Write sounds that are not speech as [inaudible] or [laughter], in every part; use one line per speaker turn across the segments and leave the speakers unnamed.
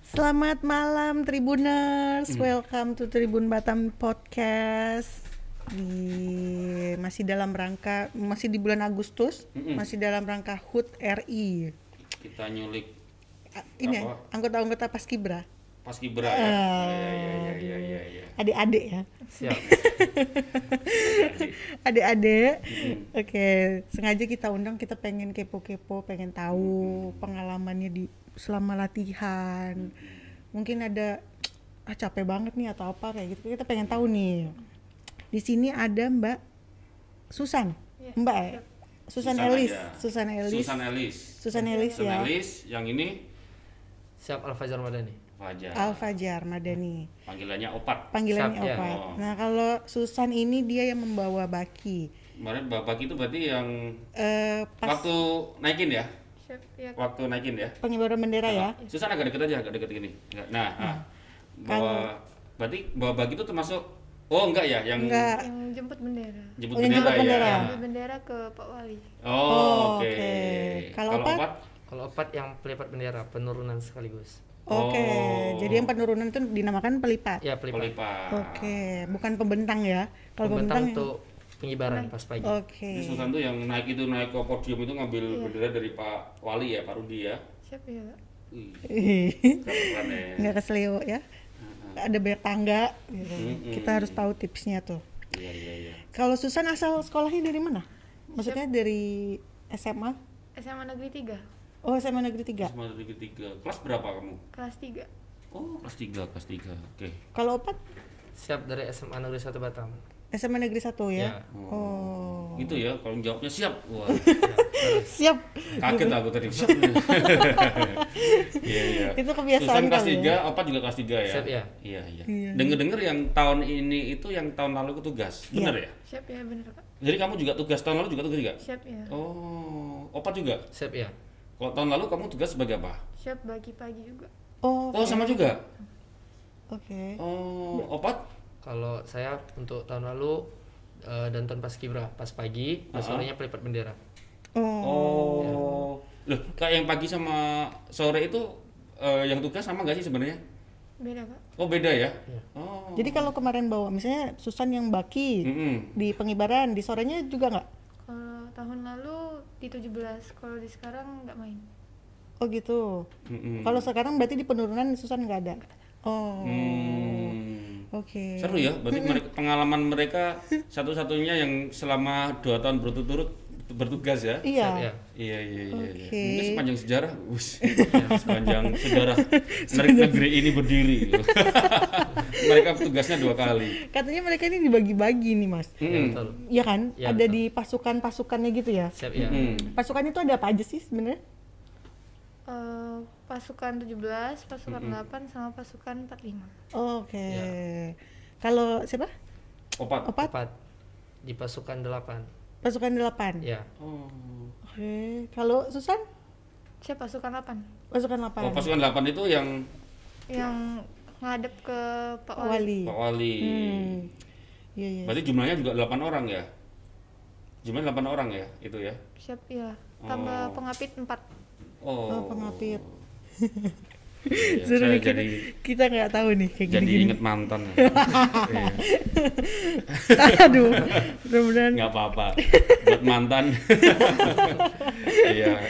Selamat malam Tribuners, welcome to Tribun Batam Podcast. Di, masih dalam rangka masih di bulan Agustus,
Mm-mm.
masih dalam rangka HUT RI.
kita nyulik
A- Ini ya,
Apa?
anggota-anggota Paskibra.
pas Gibra
Ah.
ya. Ya ya ya ya ya ya.
Adik-adik ya.
Siap.
[laughs] Adik-adik. Oke, sengaja kita undang kita pengen kepo-kepo, pengen tahu pengalamannya di selama latihan. Mungkin ada ah capek banget nih atau apa kayak gitu. Kita pengen tahu nih. Di sini ada Mbak Susan. Mbak ya? Susan Elis,
aja.
Susan Elis.
Susan Ellis.
Susan Elis
Susan
ya.
Ellis, yang ini
Siap Al-Fajr Madani.
Fajar.
Al Fajar Madani.
Panggilannya Opat.
Panggilannya
Sab, ya.
Opat.
Oh.
Nah, kalau Susan ini dia yang membawa baki.
Kemarin Bapak itu berarti yang
Eh pas
waktu naikin ya?
Siap, ya.
Waktu naikin ya?
pengibaran bendera ya.
Susan agak deket aja, agak deket gini. Agak- Nah, nah.
Hmm.
Bawa, berarti bawa bagi itu termasuk Oh enggak ya, yang
Enggak.
Yang jemput bendera.
jemput
Oh, yang
bendera,
jemput bendera.
ya.
Jemput bendera ke Pak Wali.
Oh, oke.
oke. Kalau
Kalau
Opat?
Opat?
Kalau opat yang pelipat bendera, penurunan sekaligus.
Oke,
Oh.
jadi yang penurunan itu dinamakan pelipat.
Ya pelipat.
Polipat.
Oke, bukan pembentang ya. Oh. Kalau
Pembentang
pembentang,
untuk pengibaran pas pagi.
Oke. Iya. [laughs]
Jadi Sultan tuh yang naik itu naik ke podium itu ngambil bendera dari Pak Wali ya, Pak Rudi ya.
Siap ya, Pak.
Wih,
Ih,
keren ya.
Nggak kesleo ya. Ada banyak tangga. gitu. Kita harus tahu tipsnya tuh.
Iya iya iya.
Kalau Susan asal sekolahnya dari mana? Maksudnya dari SMA?
SMA Negeri 3,
Oh, SMA Negeri 3.
Terus dari ketiga kelas berapa kamu?
kelas 3.
Oh kelas tiga kelas tiga. Oke.
Kalau Opat
Siap dari SMA Negeri 1 Batam.
SMA Negeri 1 ya.
Ya.
Oh.
Gitu ya kalau jawabnya siap. Wah
[laughs] Siap.
kaget aku tadi. Siap. [laughs] Iya iya.
Itu kebiasaan
Susan kelas
kali ya?
tiga, Opat juga kelas tiga ya.
Siap, ya.
Iya iya. Dengar dengar yang tahun ini itu yang tahun lalu itu tugas,
Iya.
bener ya?
Siap ya, bener, Pak.
Jadi kamu juga tugas tahun lalu juga tugas juga?
Siap
Iya.
ya.
Oh, Opat juga.
Siap ya.
Kalau tahun lalu kamu tugas sebagai apa?
Siap bagi pagi juga.
Oh,
Oh sama juga.
oke. Iya.
Oh opat?
Kalau saya untuk tahun lalu eh, dan tahun pas kibra, pas pagi, pas sorenya pelipat bendera.
Oh.
Oh. Loh kayak yang pagi sama sore itu eh, yang tugas sama nggak sih sebenarnya?
Beda, Pak.
Oh beda ya?
Iya.
Oh.
Jadi kalau kemarin bawa misalnya Susan yang baki,
Mm-mm.
di pengibaran di sorenya juga nggak
Kalau tahun lalu di 17, kalau di sekarang nggak main.
oh gitu
Mm-mm.
kalau sekarang berarti di penurunan Susan nggak ada oh
Hmm.
oke
Seru ya, berarti mereka, pengalaman mereka satu-satunya yang selama dua tahun berturut-turut bertugas ya?
Siap ya.
iya
Iya iya iya. iya.
Oke.
Mungkin sepanjang sejarah, wus, sepanjang
[laughs]
sejarah negeri, negeri ini berdiri. [laughs] Mereka tugasnya dua kali.
katanya mereka ini dibagi-bagi nih mas
Ya,
Mm.
betul.
Iya kan
Iya,
ada
betul.
di pasukan-pasukannya gitu ya
Siap ya.
Mm.
pasukan itu ada apa aja sih sebenarnya
Eh, pasukan 17, pasukan 8, sama pasukan 45.
oke kalau siapa
Iya. Opat.
opat
Opat di pasukan 8.
pasukan delapan
Ya.
Oh.
oke kalau Susan
Siap pasukan 8.
pasukan delapan
Oh, pasukan 8 itu yang
Yang ngadep ke Pak
Pak
Wali.
Wali
Pak Oh, Wali.
Hmm. iya iya
Berarti jumlahnya juga 8 orang ya? Jumlahnya 8 orang ya, itu ya?
Siap ya. Tambah pengapit 4.
Oh,
Oh, pengapit.
Iya,
Seru
saya
nih, kita-
jadi
kita nggak tahu nih kayak
jadi
gini-gini.
inget mantan. ya. Iya.
[laughs] aduh mudah-mudahan
nggak apa-apa buat
[laughs]
mantan iya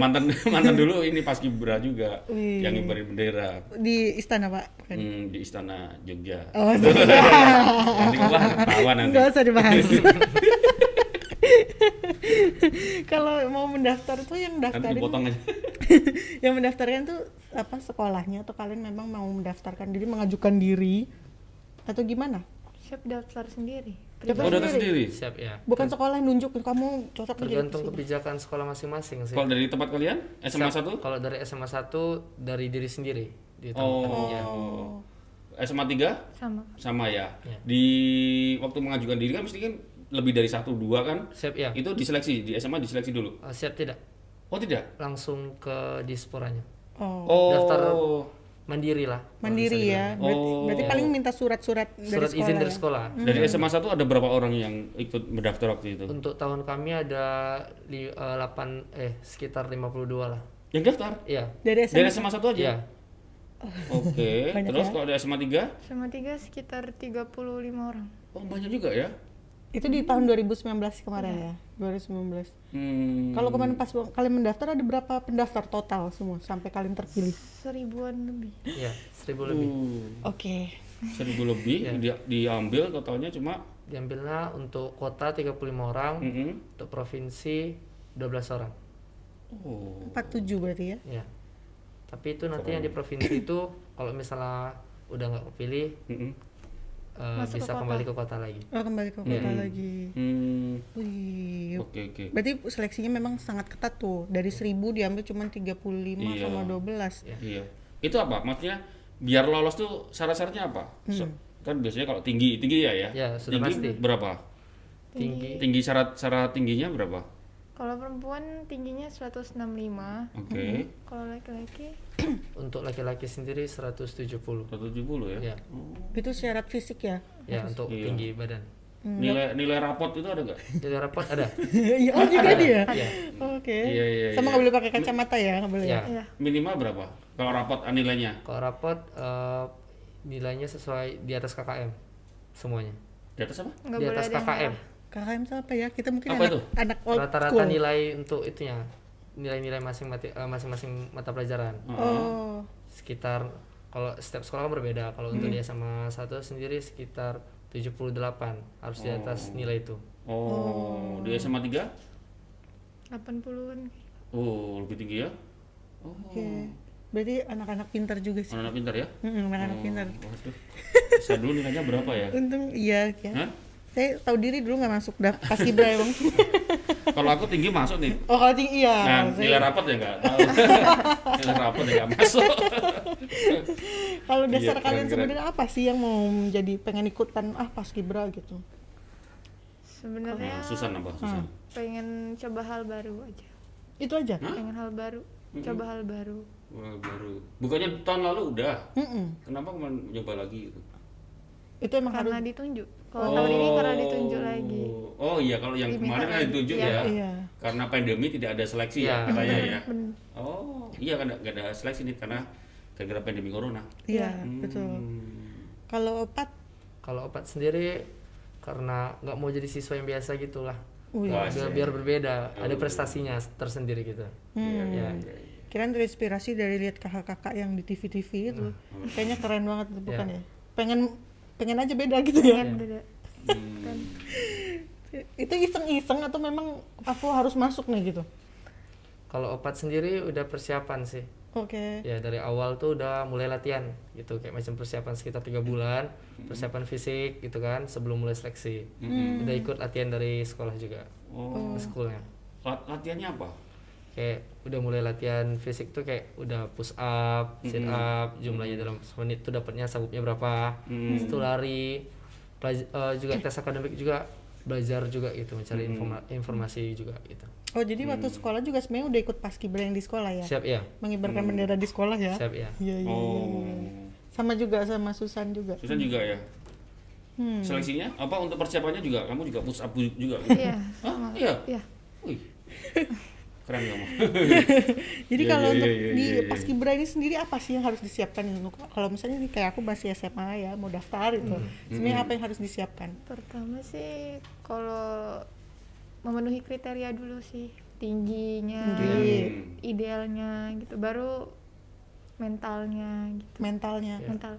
mantan mantan dulu ini paskibra juga
Wih.
yang ngibarin bendera
di istana pak bukan
Hmm, di istana Jogja
oh
[laughs] nanti
[laughs]
wah ketahuan nanti
nggak usah
[laughs]
dibahas kalau mau mendaftar tuh yang
nanti
daftarin
dipotong aja
yang mendaftarkan tuh apa sekolahnya atau kalian memang mau mendaftarkan diri mengajukan diri atau gimana
Siap daftar sendiri.
oh data sendiri
Siap ya.
bukan sekolah yang nunjuk kamu cocok menjadi
Tergantung kebijakan sekolah masing-masing sih.
kalau dari tempat kalian SMA
Siap.
1
iya. Kalau dari SMA 1 dari diri sendiri. Di
oh
ya.
SMA 3
Sama.
sama ya
Iya.
di waktu mengajukan diri kan mesti kan lebih dari satu dua kan
Siap ya.
itu diseleksi di SMA diseleksi dulu
Eh, siap tidak?
oh tidak
Langsung ke disporanya.
oh
oh
Daftar- Mandiri lah.
mandiri ya berarti, berarti
Oh.
paling minta surat-surat dari
Surat
sekolah
izin dari
ya?
sekolah.
Dari SMA 1 ada berapa orang yang ikut mendaftar waktu itu?
Hmm. Untuk tahun kami ada li, eh, 8 eh sekitar 52 lah.
Yang daftar?
Iya.
dari SMA
Dari SMA 1 aja?
Iya.
Oke,
[laughs] Banyak
terus
ya?
kalau di SMA 3?
SMA 3 sekitar 35 orang.
Oh, banyak juga ya?
Itu di tahun 2019 kemarin ya, 2019.
Hmm.
Kalau kemarin pas kalian mendaftar ada berapa pendaftar total semua sampai kalian terpilih?
Seribuan lebih.
Iya, seribu lebih.
Uh,
Oke.
seribu
Iya.
lebih dia- diambil totalnya cuma
Diambilnya untuk kota 35 orang,
Mm-mm.
untuk provinsi 12 orang.
Oh.
47 berarti ya.
Ya. Tapi itu nanti yang di provinsi itu kalau misalnya udah nggak kepilih
Mm-mm.
eh,
Masuk ke
bisa
kota.
kembali ke kota lagi.
Oh, kembali ke kota lagi.
Hmm.
Wih.
Oke, oke.
Berarti seleksinya memang sangat ketat tuh. Dari 1000 diambil cuma 35
Iya.
sama 12.
Iya. Itu apa? Maksudnya biar lolos tuh syarat-syaratnya apa?
Hmm.
So- kan biasanya kalau tinggi, tinggi ya ya.
Ya, sudah
tinggi
pasti.
berapa?
Tinggi.
Tinggi syarat syarat tingginya berapa?
Kalau perempuan tingginya 165,
Hmm.
Oke.
kalau laki-laki
Untuk laki-laki sendiri 170.
170 ya.
Ya.
Itu syarat fisik ya?
Ya, untuk
Iya.
tinggi badan.
Hmm.
Nilai nilai rapot itu ada nggak?
Jadi rapat ada.
[laughs] Iya, oh juga dia.
Iya.
Oke.
Iya, iya,
Sama
iya.
nggak boleh pakai kacamata ya, nggak boleh. ya?
Ya.
ya.
Minimal berapa? Kalau rapot ah, nilainya
Kalau rapot eh, nilainya sesuai di atas KKM semuanya.
di atas apa?
Nggak
di
boleh
atas
ada yang Oh,
KKM.
merah.
KKM siapa ya? Kita mungkin
Apa
anak,
itu?
anak old
Rata-rata
school.
nilai untuk itunya nilai-nilai masing mati- eh, masing-masing mata pelajaran
Ah.
Oh.
sekitar kalau setiap sekolah kan berbeda. Kalau untuk
Hmm.
dia sama satu sendiri sekitar 78 harus di atas nilai itu.
Oh, di SMA 3?
80-an.
Oh, lebih tinggi ya? Oh,
Oke. Berarti anak-anak pintar juga sih.
anak-anak pintar ya?
Mm-mm, anak-anak pintar.
Waduh. Saya dulu nilainya berapa
[laughs]
ya?
Untung iya ya.
Hah?
Saya tahu diri dulu nggak masuk dah pas kibra
[laughs]
emang.
Kalau aku tinggi masuk nih.
Oh kalau tinggi iya.
Nah,
Saya-
nilai rapot ya
[laughs]
nggak tahu. nilai rapot ya nggak masuk.
Iya.
Kalau
Iya,
dasar kalian
keren-keren.
sebenarnya apa sih yang mau menjadi pengen ikutan ah pas kibra gitu?
Sebenarnya
Nah,
Oh,
Susan apa? Susan.
Hmm. pengen coba hal baru aja.
Itu aja.
Pengen hal baru, coba hal baru.
Wah, baru. Bukannya tahun lalu udah.
Mm-mm.
Kenapa kemarin nyoba lagi gitu?
Itu emang
Karena
harus.
ditunjuk. Kalau tahun ini karena ditunjuk lagi.
Oh iya, kalau yang
Diminta
kemarin kan
lagi.
ditunjuk
Iya.
ya.
Iya.
Karena pandemi tidak ada seleksi ya
Iya.
katanya ya.
Bener.
Oh, iya kan nggak ada seleksi nih karena gara-gara pandemi corona.
Iya
Hmm.
betul. Kalau opat,
Kalau opat sendiri karena nggak mau jadi siswa yang biasa gitulah.
wih,
Wah,
Biar, biar berbeda, ada prestasinya tersendiri gitu.
Hmm.
Iya,
Ya.
Hmm. kirain terinspirasi dari lihat kakak-kakak yang di TV-TV
Nah.
itu. Kayaknya keren banget
Iya.
tuh, bukan ya? Pengen pengen aja beda gitu ya.
Kan
[laughs]
beda.
Hmm.
Itu iseng-iseng atau memang aku harus masuk nih gitu?
Kalau opat sendiri udah persiapan sih.
Oke.
Iya.
Ya dari awal tuh udah mulai latihan gitu kayak macam persiapan sekitar tiga bulan, persiapan fisik gitu kan sebelum mulai seleksi. Udah ikut latihan dari sekolah juga,
Oh,
sekolahnya.
lat- latihannya apa?
Kayak udah mulai latihan fisik tuh kayak udah push up, sit up, jumlahnya dalam menit tuh dapatnya sabuknya berapa, itu lari, Pelaj- eh, juga tes akademik juga belajar juga gitu mencari informa- informasi juga gitu.
Oh jadi waktu
Hmm.
sekolah juga sebenarnya udah ikut paskibra yang di sekolah ya?
Siap ya,
Mengibarkan bendera di sekolah ya?
siap ya.
Iya iya.
Hmm. Oh.
Sama juga sama Susan juga. Hmm.
Susan juga ya. Seleksinya apa untuk persiapannya juga? Kamu juga push up juga? gitu?
Iya,
Hah? Iya.
ya.
Wih. Keren kamu.
Jadi
Iya,
kalau
iya,
untuk
iya,
di
iya, iya.
paskibra ini sendiri apa sih yang harus disiapkan untuk kalau misalnya nih kayak aku masih SMA ya mau daftar itu.
Hmm.
Sebenarnya apa yang harus disiapkan?
Pertama sih kalau memenuhi kriteria dulu sih tingginya,
Tinggi.
Hmm.
idealnya gitu, baru mentalnya gitu,
Mentalnya.
Iya.
Iya.
mental.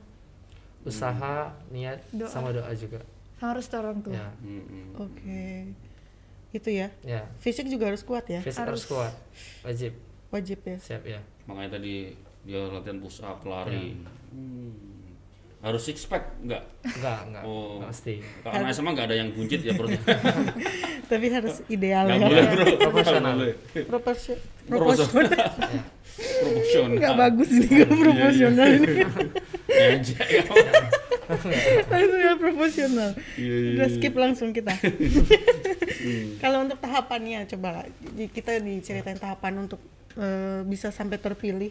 Usaha, niat,
Doa.
sama doa juga.
Sama harus orang tua.
Ya,
Mm-mm.
Oke. Itu ya.
ya.
Fisik juga harus kuat ya.
Fisik harus kuat, wajib,
Wajib ya.
siap ya.
Makanya tadi dia latihan push up, lari.
Iya.
Hmm. Harus six pack enggak?
Enggak, enggak,
Oh.
enggak mesti.
Kalau anak SMA enggak ada yang buncit ya
[laughs]
perutnya.
Tapi harus ideal
Enggak
ya.
boleh, Bro.
Proporsional.
Nggak boleh.
Proporsi- Proporsional.
Proporsional. Proporsional.
Nggak bagus
Iya,
nih kalau proporsional ini.
Ngejek kamu.
langsung ya profesional
Iya, iya, Hmm.
udah skip langsung
[laughs]
kita Hmm. kalau untuk tahapannya coba lah, di- kita diceritain tahapan untuk eh, bisa sampai terpilih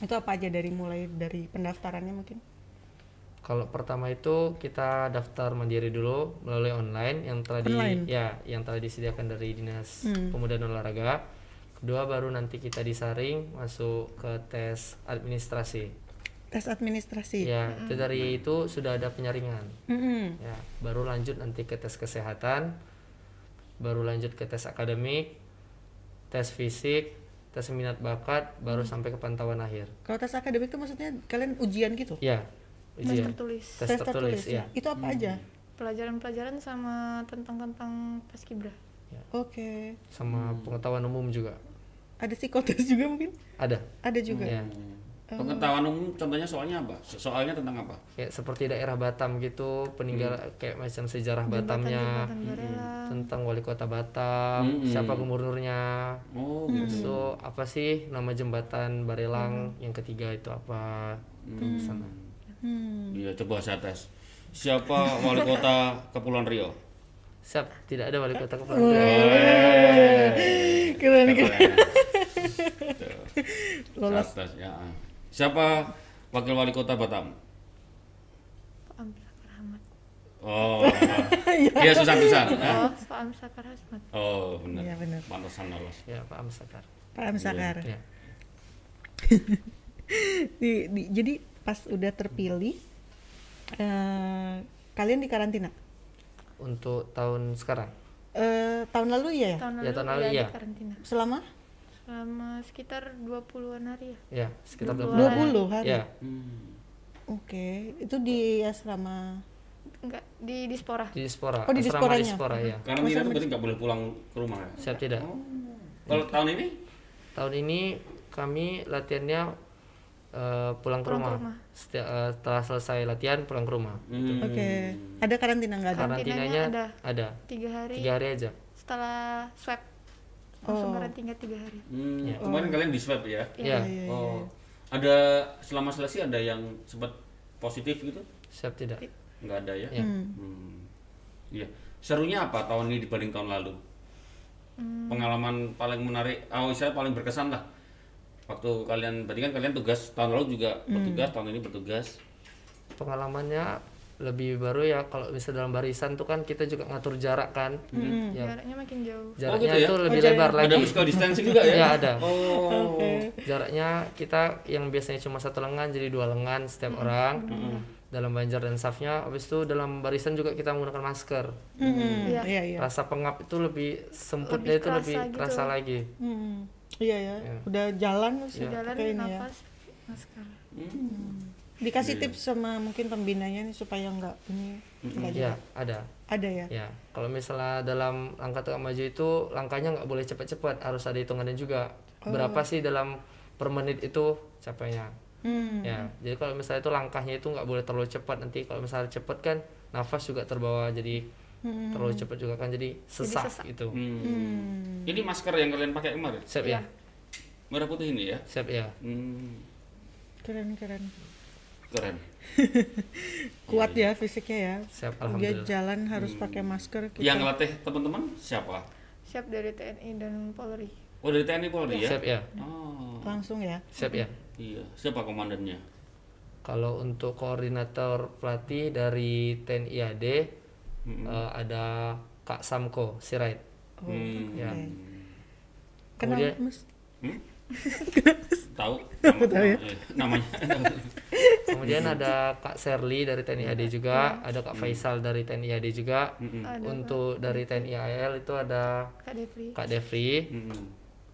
itu apa aja dari mulai dari pendaftarannya mungkin
Kalau pertama itu kita daftar mandiri dulu melalui online yang telah di
Online.
ya yang telah disediakan dari Dinas Pemuda dan Olahraga. Kedua baru nanti kita disaring masuk ke tes administrasi.
tes
Iya.
administrasi.
ya itu dari itu sudah ada penyaringan
Mm-mm.
ya baru lanjut nanti ke tes kesehatan baru lanjut ke tes akademik tes fisik tes minat bakat baru sampai ke pantauan akhir
Kalau tes akademik itu maksudnya kalian ujian gitu?
Iya,
ya
Tes
ujian
tertulis
tes tertulis ya
Itu apa
Hmm.
aja?
pelajaran-pelajaran sama tentang tentang paskibra
Oke.
sama pengetahuan umum juga
Ada psikotes [laughs] juga mungkin?
ada
Ada juga.
Iya.
[laughs]
ya
Pengetahuan umum contohnya soalnya apa? So- Soalnya tentang apa?
kayak seperti daerah Batam gitu peninggal kayak macam sejarah Batamnya
jembatan Barela
tentang wali kota Batam siapa gubernurnya
Oh,
Hmm.
gitu.
so apa sih nama jembatan Barelang yang ketiga itu apa sana
Hmm.
Iya, coba saya tes. Siapa wali kota Kepulauan Rio?
siap tidak ada wali
Hmm.
kota kepulauan
Keren keren.
Keren.
Lolos.
Saya tes, ya. Siapa wakil wali kota Batam?
Pak Amsakar Rahmat
[laughs]
Oh, iya susah-susah. Hah?
oh Pak Amsakar Rahmat
Oh, benar.
Iya, benar.
Pantesan lolos.
Hmm.
ya Pak Amsakar
Pak Amsakar.
ya
Di- di- jadi pas udah terpilih eh, kalian di karantina.
untuk tahun sekarang
Eh, tahun lalu ya?
tahun lalu
Ya, tahun lalu,
dia
iya.
di karantina
Selama
selama sekitar 20-an hari ya
ya sekitar 20
20 hari.
ya
Hmm.
Oke, itu di asrama.
enggak di dispora
di dispora
Oh, di
asrama
disporanya.
dispora ya
Karena Mira tuh berarti nggak boleh pulang ke rumah ya?
siap tidak
Kalau tahun ini?
tahun ini kami latihannya eh, pulang, ke rumah,
rumah.
Setiap, eh, setelah selesai latihan pulang ke rumah
Hmm.
Oke, ada karantina nggak ada?
Karantinanya
karantinanya ada,
tiga hari
tiga hari aja
setelah swab
Oh.
langsung karantina tiga hari
Hmm,
Ya,
Kemarin kalian di swab ya?
Iya,
ya
Oh, ada selama seleksi ada yang sempat positif gitu?
siap tidak
Nggak ada ya?
Ya.
Hmm. Iya. Serunya apa tahun ini dibanding tahun lalu? Hmm. Pengalaman paling menarik, oh saya paling berkesan lah. Waktu kalian, berarti kan kalian tugas tahun lalu juga bertugas, tahun ini bertugas.
pengalamannya lebih baru ya kalau bisa dalam barisan tuh kan kita juga ngatur jarak kan ya
jaraknya makin jauh
jaraknya
Hmm. gitu ya?
itu lebih lebar lagi
Ada physical distancing juga ya?
[laughs] ya ada
Oh.
jaraknya kita yang biasanya cuma satu lengan jadi dua lengan setiap orang
Hmm.
dalam banjar dan safnya habis itu dalam barisan juga kita menggunakan masker
Hmm, Iya iya. Iya
rasa pengap itu lebih sempitnya
Lebih
itu
kerasa
lebih
gitu.
kerasa lagi
Hmm, iya ya. Udah jalan
Iya.
sih
jalan
pakai ini ya.
nafas masker
Dikasih tips sama mungkin pembinanya nih supaya nggak ini nggak
ya ada
ada ya.
ya kalau misalnya dalam langkah tegak maju itu langkahnya nggak boleh cepat-cepat harus ada hitungannya juga berapa sih dalam per menit itu capainya
Hmm,
ya jadi kalau misalnya itu langkahnya itu nggak boleh terlalu cepat nanti kalau misalnya cepat kan nafas juga terbawa jadi terlalu cepat juga kan jadi sesak, gitu
Hmm. Ini masker yang kalian pakai kemarin?
siap ya
Merah putih ini ya?
siap ya
Hmm.
keren keren.
Keren.
Kuat ya fisiknya ya.
siap
Dia
alhamdulillah
jalan harus pakai masker. Kita.
Yang ngelatih teman-teman siapa?
siap dari TNI dan Polri
Oh dari TNI Polri ya?
siap ya
Oh.
Langsung ya.
siap ya
Iya. Siapa [laughs] komandannya?
kalau untuk koordinator pelatih dari TNI AD eh, ada Kak Samko Sirait
Oh,
[laughs]
Hmm.
ya
Kenapa
Kemudian-
mas?
Tahu? Nama- eh, namanya. [laughs]
Kemudian ada Kak Serly dari TNI AD juga, ada Kak Faisal dari TNI AD juga.
Ada
Untuk dari TNI AL itu ada
Kak Devri
Kak Devri,
Hmm.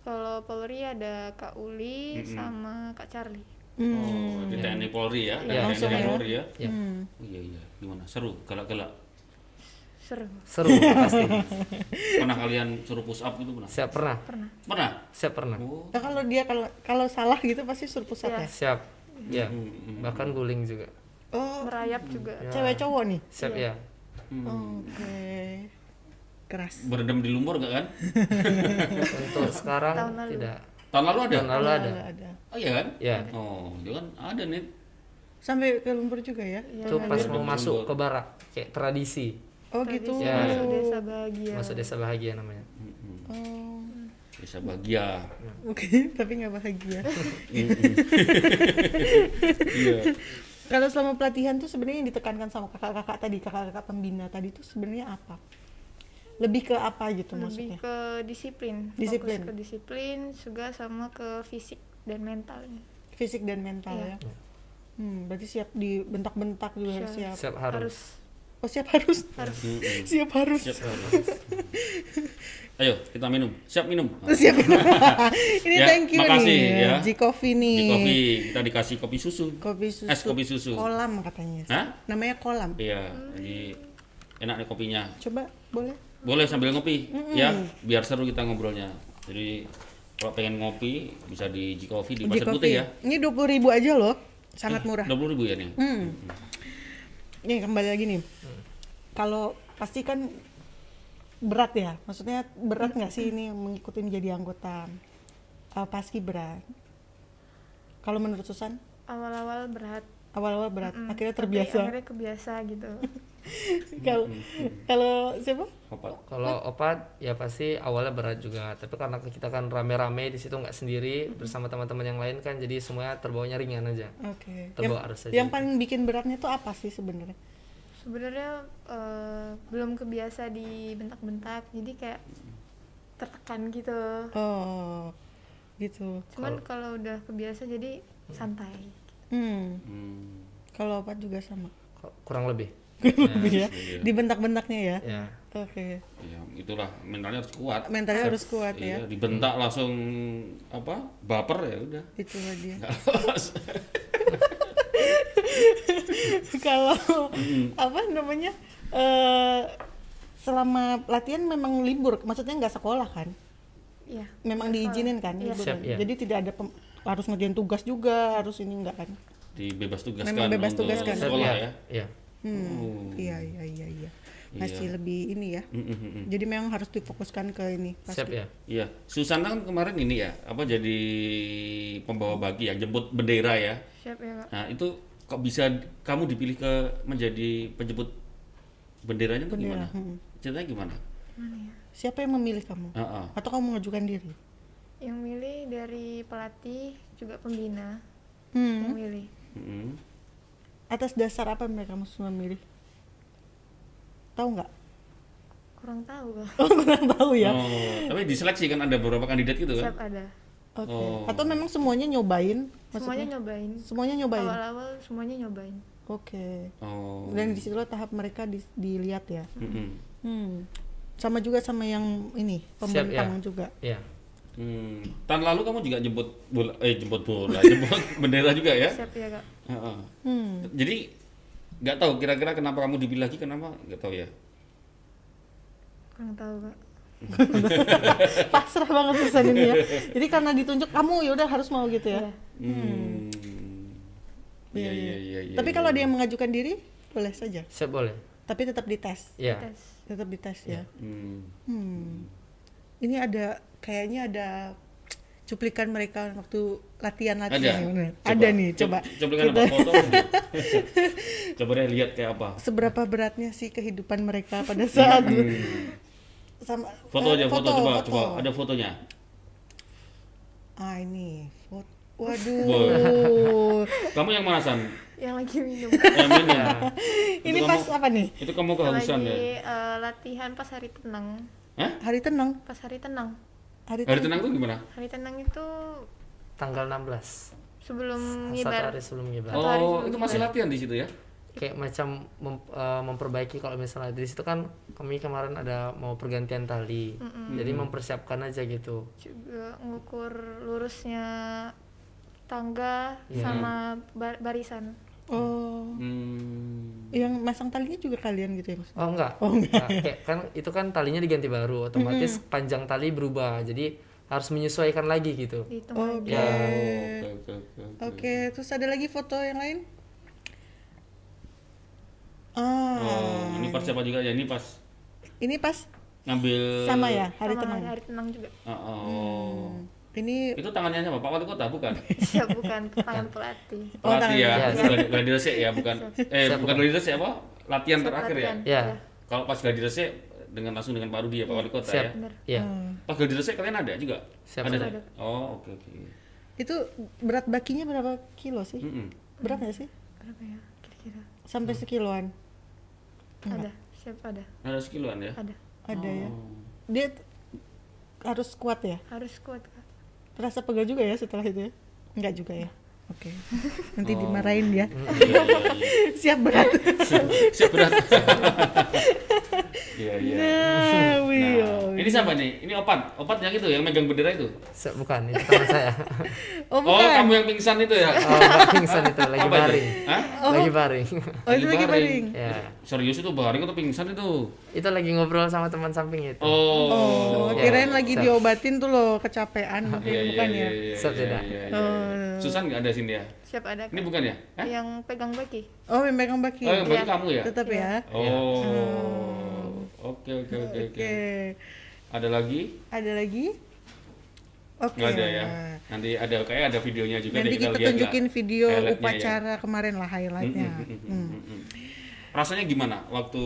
kalau Polri ada Kak Uli sama Kak Charlie
Oh, di TNI Polri ya?
Hmm. Iya,
Dari
langsung
TNI
ya.
Polri ya?
ya
Hmm.
Oh, iya iya. Gimana? Seru?
[laughs]
Galak-galak?
seru
seru pasti.
Pernah kalian suruh push up gitu pernah?
Siap pernah,
pernah
Pernah?
siap pernah,
Oh.
Nah, kalau dia kalau kalau salah gitu pasti suruh pusat ya.
siap. Ya,
Hmm.
bahkan guling juga.
Oh,
merayap juga
Ya.
cewek cowok nih.
Siap ya.
Iya.
Hmm.
Oke. Keras.
Berendam di lumpur nggak kan?
Untuk sekarang
Tahun lalu.
tidak.
Tahun lalu ada?
Tahun lalu ada.
Nggak ada.
Oh iya kan?
Ya,
Oh, itu kan ada nih.
Sampai ke lumpur juga ya.
itu
Iya,
pas mau masuk ke barak, kayak tradisi
Oh gitu.
Ya.
masuk desa bahagia
masuk desa bahagia namanya.
Oh.
Bisa bahagia.
Oke, tapi nggak bahagia.
iya.
Iya.
Kalau selama pelatihan tuh sebenarnya yang ditekankan sama kakak-kakak tadi, kakak-kakak pembina tadi tuh sebenarnya apa? Lebih ke apa gitu maksudnya?
lebih ke disiplin Fokus
Disiplin.
ke disiplin juga sama ke fisik dan mentalnya
Fisik dan mental ya. Hmm, berarti siap dibentak-bentak juga harus siap.
siap harus
harus
Oh, siap harus.
harus
siap harus.
Siap,
Iya.
harus. [laughs] Ayo kita minum. Siap minum.
Siap.
[laughs]
[laughs] Ini
Ya,
thank you
makasih,
nih.
ya.
G Coffee nih.
Di kopi kita dikasih kopi susu.
Kopi susu.
Es kopi susu.
Kolam katanya.
Hah?
Namanya kolam.
Iya, jadi enak nih kopinya.
Coba boleh?
Boleh sambil ngopi, ya, biar seru kita ngobrolnya. Jadi kalau pengen ngopi bisa di G Coffee di
G
Pasar Putih ya.
Ini 20.000 ribu aja loh. Sangat murah.
Dua ribu ya nih.
Hmm. Nih kembali lagi nih. Kalau pasti kan berat ya. Maksudnya berat nggak sih ini mengikuti menjadi anggota uh, paski berat? Kalau menurut Susan
awal-awal berat
awal-awal berat,
Mm,
akhirnya
tapi
terbiasa.
akhirnya kebiasa gitu
[laughs]
[laughs]
Kalau kalau siapa?
Apa?
Kalau opat ya pasti awalnya berat juga, tapi karena kita kan rame-rame di situ nggak sendiri bersama teman-teman yang lain kan, jadi semuanya terbawanya ringan aja.
Oke. Yang,
Terbawa arus aja.
yang paling bikin beratnya tuh apa sih sebenarnya?
sebenarnya eh, belum kebiasa dibentak-bentak jadi kayak tertekan gitu
Oh, gitu.
cuman kalau udah kebiasa jadi santai
Hmm.
Hmm,
Kalau apa juga sama. [laughs]
Ko- Kurang lebih. Nah,
Lebih ya.
iya.
Dibentak-bentaknya ya.
Ya.
Oke.
ya itulah mentalnya harus kuat.
Mentalnya harus kuat ya.
Iya, dibentak langsung apa? Baper ya udah.
itulah dia
Nggak lolos.
[laughs] kalau apa namanya eh selama latihan memang libur maksudnya nggak sekolah kan
ya
memang diizinin kan
Iya.
libur
Siap,
kan?
iya.
jadi tidak ada pem- harus ngerjain tugas juga harus ini enggak kan
Dibebas tugaskan
Memang bebas
untuk
tugaskan.
sekolah ya.
Iya.
hmm.
Oh.
iya iya iya iya
Iya.
masih lebih ini ya
Mm, mm, mm, mm.
jadi memang harus difokuskan ke ini
Siap ya.
Iya, Susana kan kemarin ini ya, apa jadi pembawa baki ya, jemput bendera ya.
siap ya kak
Nah itu kok bisa kamu dipilih ke menjadi penjemput benderanya tuh
Bendera,
gimana?
mm.
Ceritanya gimana?
mana ya
siapa yang memilih kamu
Heeh.
atau kamu mengajukan diri
yang milih dari pelatih juga pembina yang
hmm.
milih
Mm-mm.
atas dasar apa mereka semua memilih tahu nggak [laughs]
kurang tahu kak
oh kurang tahu ya
Oh, tapi diseleksi kan ada beberapa kandidat gitu kan?
siap ada
Oke.
Oh.
Atau memang semuanya nyobain? Maksudnya
semuanya nyobain
semuanya nyobain.
awal-awal semuanya nyobain
Oke.
Oh.
Dan disitulah tahap mereka di- dilihat ya.
Mm-mm.
Hmm. Sama juga sama yang ini
Siap, ya.
pembentang juga.
Iya.
Hmm. Tahun lalu kamu juga jemput bola, eh jemput bola, [laughs] jemput bendera juga ya?
siap ya kak
Heeh.
Hmm. [laughs]
Jadi nggak tahu kira-kira kenapa kamu dipilih lagi kenapa nggak tahu ya?
kurang tahu kak
Pasrah banget pesan ini ya. Jadi karena ditunjuk kamu ya udah harus mau gitu ya.
Iya.
Hmm. Iya iya iya. iya,
Tapi
iya,
kalau
iya.
ada yang mengajukan diri boleh saja.
Siap boleh.
Tapi tetap dites.
Iya.
tes
Tetap dites ya.
Hmm.
Hmm. Ini ada kayaknya ada cuplikan mereka waktu latihan
Ada.
latihan Iya,
Coba.
ada nih
Cep-
coba
Cuplikan
Kita-
apa
[laughs]
foto? apa? coba deh lihat kayak apa.
seberapa beratnya sih kehidupan mereka pada saat sama
Hmm.
eh,
Foto aja foto, coba
foto.
coba ada fotonya.
ah ini foto
Wah.
waduh
Kamu yang mana San?
yang lagi minum
Yang mana?
[laughs] ini
Itu
pas
kamu-
apa nih
Itu kamu
Yang
kehausan
lagi
ya?
eh, latihan pas hari tenang
Hah?
hari tenang
pas hari tenang
hari,
Hari
tenang
tenang tuh gimana?
hari tenang itu
Tanggal 16.
sebelum
Satu
ngibar
hari sebelum ngibar.
Satu hari
Oh,
sebelum
itu masih latihan di situ ya?
Kayak macam mem- eh, memperbaiki kalau misalnya di situ kan kami kemarin ada mau pergantian tali. Jadi mempersiapkan aja gitu.
juga ngukur lurusnya tangga
Iya.
sama ba- barisan
oh
Hmm.
yang masang talinya juga kalian gitu ya maksudnya
Oh enggak.
Oh, enggak.
Nah, kayak kan itu kan talinya diganti baru, otomatis panjang tali berubah. Jadi harus menyesuaikan lagi gitu.
dihitung
oke
lagi.
Ya.
Oh, Oke, oke, oke, oke.
oke terus ada lagi foto yang lain ah
Oh, ini pas siapa juga ya? Ini pas
ini pas
ngambil
sama ya hari
sama
tenang
hari tenang
[laughs]
juga
Oh, Eh, Oh.
ini
Itu tangannya siapa? Pak Wali Kota bukan?
Iya,
siap
[laughs]
bukan tangan pelatih
Oh,
Pelatih ya,
tangannya.
gladi- gladiresik ya, bukan eh
Siap,
bukan
bukan.
gladiresik apa? Latihan terakhir ya.
latihan.
Iya,
Ya.
Kalau pas gladiresik dengan langsung dengan Pak Rudi ya, Pak Wali Kota
Iya, Siap.
ya.
bener
Ya.
Hmm. eh,
Pas gladiresik kalian ada juga?
Siap,
ada.
siap.
nggak? Oh, oke oke.
itu berat bakinya berapa kilo sih
Mm-mm.
berat nggak sih
berapa ya kira-kira
sampai
Hmm.
sekiloan Iya.
ada siap ada
Ada sekiloan ya.
ada
ada ya dia t- harus kuat ya
harus kuat kak
terasa pegal juga ya setelah itu ya enggak juga ya
[laughs]
Oke. Nanti dimarahin [laughs] ya.
Oh. Iya, iya, iya.
Siap berat.
Siap berat. Iya, iya.
Nah, Wio.
Nah, ini siapa nih? Ini opat. Opat yang itu, yang megang bendera itu.
Se- bukan itu teman
[laughs]
saya
Oh,
Oh,
bukan.
kamu yang pingsan itu ya?
oh, nggak pingsan itu lagi
Apa itu?
baring
Hah?
lagi baring [laughs]
Oh, itu lagi baring.
ya
Serius itu baring atau pingsan itu?
itu lagi ngobrol sama teman samping itu
Oh,
Oh.
Iya.
kirain lagi
Siap.
diobatin tuh loh kecapean mungkin
Iya, iya,
bukan
iya,
ya.
iya,
Siap,
iya,
tidak?
iya, iya. Susan nggak ada sini ya?
siap ada
Ini
Kak.
bukan ya? Hah?
yang pegang baki
Oh, memang Kang Baki.
Oh, yang bagi kamu ya?
Tetap ya.
Oh. Oke, oke, oke, oke.
Oke.
Ada lagi?
Ada lagi? Oke. Nah,
Nggak ada ya. Nanti ada kayak ada videonya juga
Nanti
deh,
kita
lihat
tunjukin
lah
video
highlightnya ya.
upacara kemarin lah highlightnya. Hmm.
Mm-mm. Rasanya gimana waktu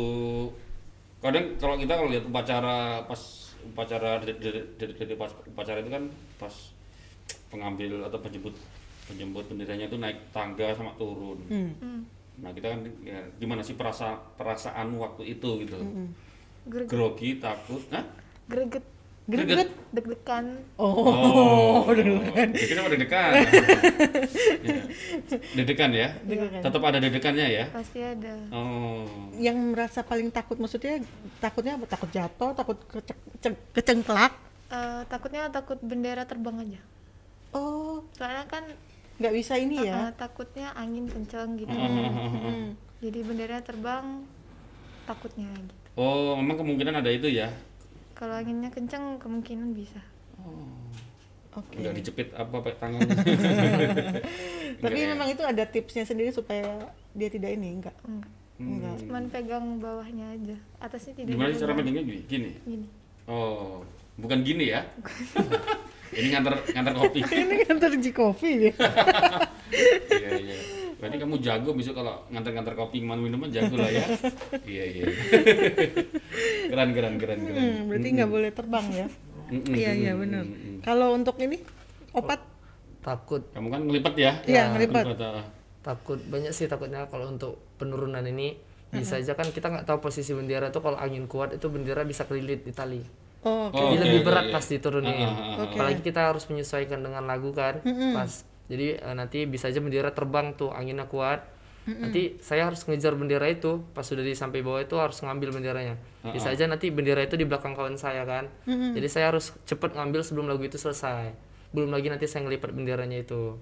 kadang kalau kita kalau lihat upacara pas upacara dari, dari- dari- dari pas upacara itu kan pas pengambil atau penjemput penjemput benderanya itu naik tangga sama turun.
Hmm.
hmm.
Nah kita kan ya, gimana sih perasa, perasaan waktu itu gitu?
greget
Grogi, takut, nah?
greget
Greget.
deg-degan
[laughs] Oh,
deg-degan. Kita mau
[laughs]
deg-degan. Ya. Deg-degan ya?
Deg-degan.
Tetap ada deg-degannya ya?
pasti ada
Oh.
yang merasa paling takut maksudnya takutnya apa? Takut jatuh, takut kece- ce- kecengklak.
Eh, takutnya takut bendera terbang aja
Oh,
soalnya kan
nggak bisa ini ya.
eh, takutnya angin kenceng gitu
Hmm.
jadi bendera terbang takutnya gitu
Oh, [laughs] memang kemungkinan ada itu ya.
kalau anginnya kenceng kemungkinan bisa
Oke.
Enggak Oh, dijepit apa pakai
[laughs]
tangan. ya?
Tapi memang itu ada tipsnya sendiri supaya dia tidak ini enggak.
enggak
Enggak.
cuman pegang bawahnya aja atasnya
Hmm.
tidak
Gimana sih
dipegang.
cara megangnya gini? Gini.
gini
Oh, bukan gini
[laughs]
ya. Ini nganter nganter kopi.
[laughs] ini kan nganter G Coffee ya.
Iya, iya. Berarti kamu jago besok kalau nganter-nganter kopi kemana minuman jago lah ya. Iya, iya. keren, keren, keren, keren.
Hmm, berarti nggak boleh terbang ya.
Mm-mm,
Iya iya
mm-mm,
benar.
mm-mm.
Kalau untuk ini opat
takut
Kamu kan ngelipet ya?
Iya, ngelipet.
ah.
takut banyak sih takutnya kalau untuk penurunan ini bisa aja kan kita nggak tahu posisi bendera tuh kalau angin kuat itu bendera bisa kelilit di tali
oh,
Oh, oke,
jadi lebih
oke,
berat
iya.
pas diturunin
Ah, ah,
ah, Oke.
apalagi kita harus menyesuaikan dengan lagu kan pas jadi eh, nanti bisa aja bendera terbang tuh anginnya kuat nanti saya harus ngejar bendera itu pas sudah di sampai bawah itu harus ngambil benderanya
Ah,
bisa aja nanti bendera itu di belakang kawan saya kan jadi saya harus cepet ngambil sebelum lagu itu selesai belum lagi nanti saya ngelipat benderanya itu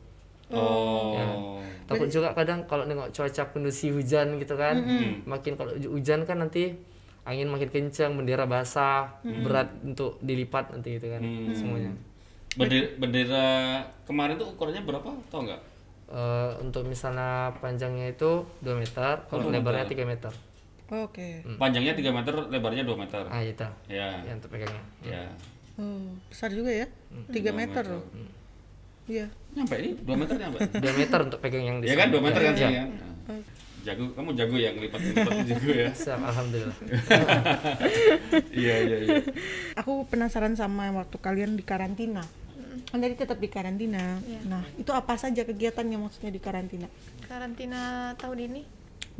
Oh.
takut juga kadang kalau nengok cuaca kondisi hujan gitu kan
Hmm.
makin kalau hu- hujan kan nanti angin makin kencang bendera basah berat untuk dilipat nanti gitu kan semuanya
Bendera, bendera kemarin tuh ukurannya berapa? Tahu nggak?
Eh, untuk misalnya panjangnya itu 2 meter
Oh,
kalau lebarnya 3 meter
Oke.
Panjangnya 3 meter, lebarnya 2 meter.
ah itu
Ya.
yang untuk pegangnya
Ya.
Oh, besar juga ya. 3 meter loh. Iya.
Nyampe ini 2 meter nyampe.
2 meter untuk pegang yang [laughs] di
ya kan 2 meter kan
ya,
sini kan.
Iya.
Nah. Jago, kamu jago ya ngelipat-ngelipat jago
[laughs]
ya.
Siap, alhamdulillah
[laughs] Iya, iya, iya.
Aku penasaran sama waktu kalian di karantina. Kan tadi tetap di karantina. Nah, itu apa saja kegiatannya maksudnya di karantina?
karantina tahun ini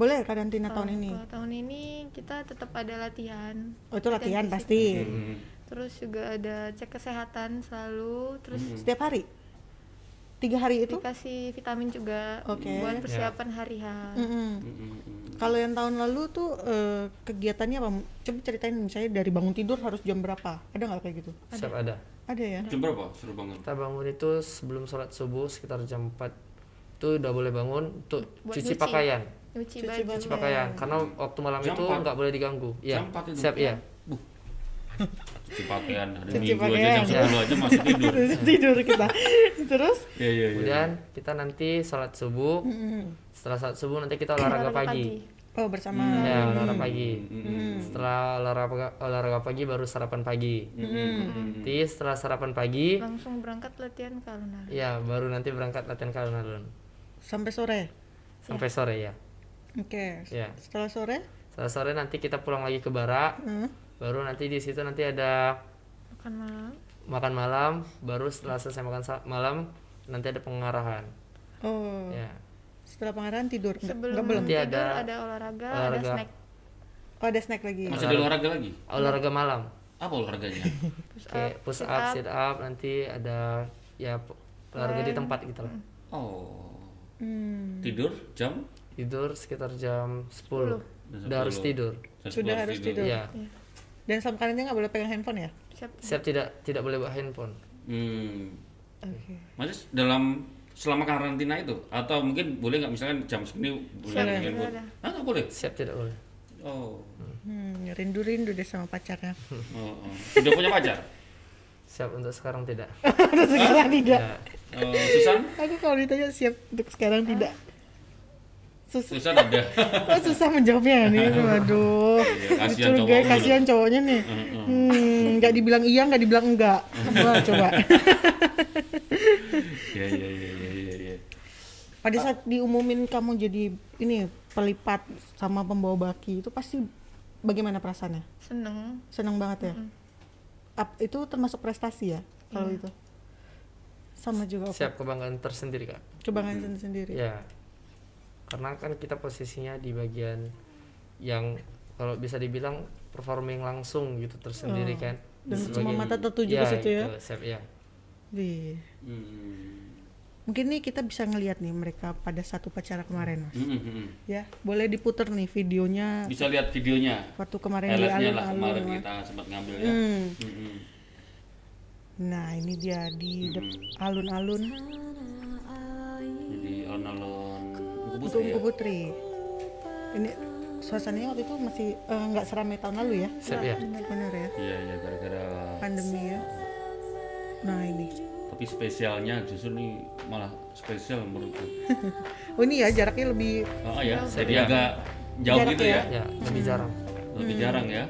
Boleh karantina tahun ini.
kalau tahun ini kita tetap ada latihan
Oh, itu latihan pasti.
Hmm.
terus juga ada cek kesehatan selalu terus
Setiap hari. Tiga hari itu?
dikasih vitamin juga
Oke.
buat persiapan hari H
Mm-mm.
Mm-mm.
Kalau yang tahun lalu tuh eh, kegiatannya apa? Coba ceritain misalnya dari bangun tidur harus jam berapa? Ada nggak kayak gitu?
siap ada
Ada ya?
Jam berapa? Suruh bangun.
kita bangun itu sebelum sholat subuh sekitar jam 4 itu udah boleh bangun untuk
Buat
cuci
nyuci.
pakaian
nyuci
Cuci
baju
baju.
cuci pakaian karena waktu malam
Jam
itu
empat.
nggak boleh diganggu ya
Jam empat itu. Iya.
siap ya
Cuci pakaian hari
Cuci
Minggu aja
pakaian.
jam 10 aja masih
[laughs]
tidur.
tidur kita. Terus?
Iya, iya, iya.
kemudian kita nanti sholat subuh
Mm.
setelah sholat subuh nanti kita olahraga pagi
Oh bersama.
Hmm.
ya olahraga pagi
Hmm.
Mm-mm.
setelah olahraga olahraga pagi baru sarapan pagi
Hmm.
nanti setelah sarapan pagi
langsung berangkat latihan ke alun-alun
ya baru nanti berangkat latihan ke alun-alun
Sampai sore.
sampai sore ya
Oke.
ya
Setelah sore?
setelah sore nanti kita pulang lagi ke barak
Mm.
baru nanti di situ nanti ada
makan malam
makan malam baru setelah selesai makan sa- malam nanti ada pengarahan
Oh.
ya
Setelah pengarahan tidur? Nggak,
sebelum
nggak belum.
Nanti
tidur
ada
ada, olahraga, ada
olahraga.
snack
Oh ada snack lagi.
Masih ada olahraga lagi?
olahraga malam
Apa olahraganya?
push up
kayak push up, sit up, nanti ada ya p- olahraga di tempat gitu lah.
Oh.
Hmm.
Tidur jam?
Tidur sekitar jam 10.
Jam
Udah harus
10.
tidur.
Jam
Sudah
10
harus tidur.
Iya.
Dan selama karantina nggak boleh pegang handphone ya?
siap
Siap tidak tidak boleh bawa handphone.
Hmm.
Oke.
Mas dalam selama karantina itu atau mungkin boleh nggak misalkan jam segini boleh
Siap,
nggak
ya.
handphone?
Boleh.
Ah, nggak boleh.
Siap tidak boleh.
Oh.
Hmm, rindu-rindu deh sama pacarnya.
oh, oh. Sudah punya pacar?
Siap untuk sekarang tidak.
Terus sekarang tidak.
Ya.
Oh, Susan?
Aku kalau ditanya siap untuk sekarang tidak. Susah.
Susan ada. [laughs]
Oh, susah menjawabnya ini. Waduh.
Iya, kasihan
Dicurigai,
cowokmu
kasihan cowoknya nih. Hmm, nggak dibilang iya, nggak dibilang enggak. Wah, coba.
Iya iya iya iya iya. iya.
Pada saat diumumin kamu jadi ini pelipat sama pembawa baki itu pasti bagaimana perasaannya?
seneng
Senang banget ya. Ap- itu termasuk prestasi ya kalau itu. Sama juga. aku.
Siap kebanggaan tersendiri, Kak.
Coba ngajarin sendiri.
Iya.
Ya. Karena kan kita posisinya di bagian yang kalau bisa dibilang performing langsung gitu tersendiri kan.
Oh. Dan
Sebagai-
semua mata tertuju
Iya,
ke
Ya,
situ ya?
gitu, Siap ya.
Wih.
Hmm.
Mungkin nih kita bisa ngelihat nih mereka pada satu pacara kemarin mas.
Hmm, hmm, hmm.
Ya, boleh diputer nih videonya
Bisa lihat videonya.
waktu kemarin di
Highlightnya lah kemarin
alun-alun.
kita sempat ngambil ya.
Hmm.
Hmm, hmm.
Nah ini dia di dep- alun-alun
Jadi alun-alun Kubutu ya.
Tungku Putri. Ini suasananya waktu itu masih eh, nggak seramai tahun lalu ya?
Siap ya.
Benar-benar ya,
Iya iya gara-gara
pandemi ya. Nah ini,
tapi spesialnya justru nih malah spesial menurutku.
oh ini ya jaraknya lebih
Oh ya, jadi agak jauh
Jarak
gitu
ya. Hmm.
ya.
Ya, lebih jarang.
Lebih jarang ya.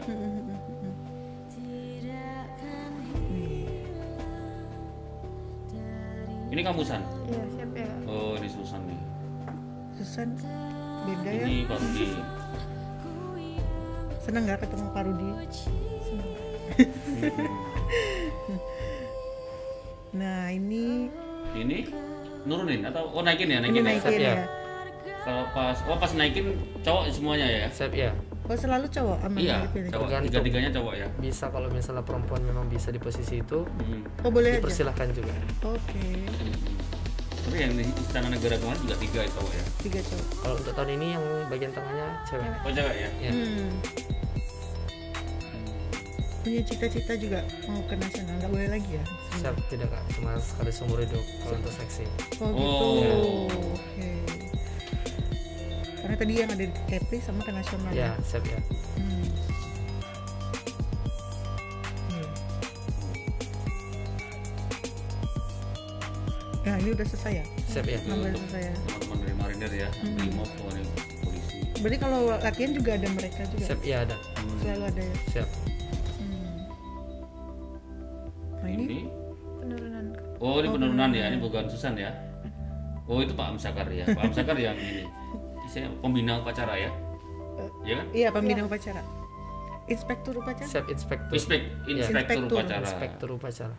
Ini kamu San.
iya siap ya Kak.
Oh, ini Susan nih.
Susan beda ya.
Ini Pak
[laughs]
Rudi.
Seneng nggak ketemu Pak Rudi? Nah ini
Ini nurunin atau oh naikin ya,
ini
naikin ya.
naikin
ya.
ya.
Kalau pas oh pas naikin cowok semuanya ya.
Siap ya.
Oh selalu cowok ya? aman
Iya,
dipilih.
cowok
Tergantung.
tiga-tiganya cowok ya.
Bisa kalau misalnya perempuan memang bisa di posisi itu,
Hmm.
Oh boleh aja.
dipersilahkan juga.
Oke,
Tapi yang di istana negara kemarin juga tiga ya cowok ya.
tiga cowok.
Kalau untuk tahun ini yang bagian tengahnya cewek.
Oh cewek ya.
Ya.
Hmm. Punya cita-cita juga mau ke nasional nggak boleh lagi ya?
Siap tidak kak, cuma sekali seumur hidup kalau untuk seksi.
Oh gitu.
Oh.
Oke. Karena tadi yang ada di Kepri sama ke nasional.
Iya.
Ya, siap ya.
Hmm. Hmm. Nah ini udah selesai ya?
Siap ya.
Itu
Nomor
untuk
selesai ya. Hmm.
teman-teman dari Marinir ya, Brimob, dari polisi.
Berarti kalau latihan juga ada mereka juga?
Siap ya ada.
Selalu ada ya?
Siap.
Hmm. Nah, ini iya.
Ini
penurunan Kak.
Oh ini penurunan ya, ini bukan Susan ya. Oh itu Pak Amsakar ya, Pak Amsakar yang ini. Saya pembina upacara ya, ya kan?
Iya, pembina upacara. Inspektur upacara.
Siap inspektur.
Inspek, inspektur
Inspektur.
upacara.
Inspektur upacara.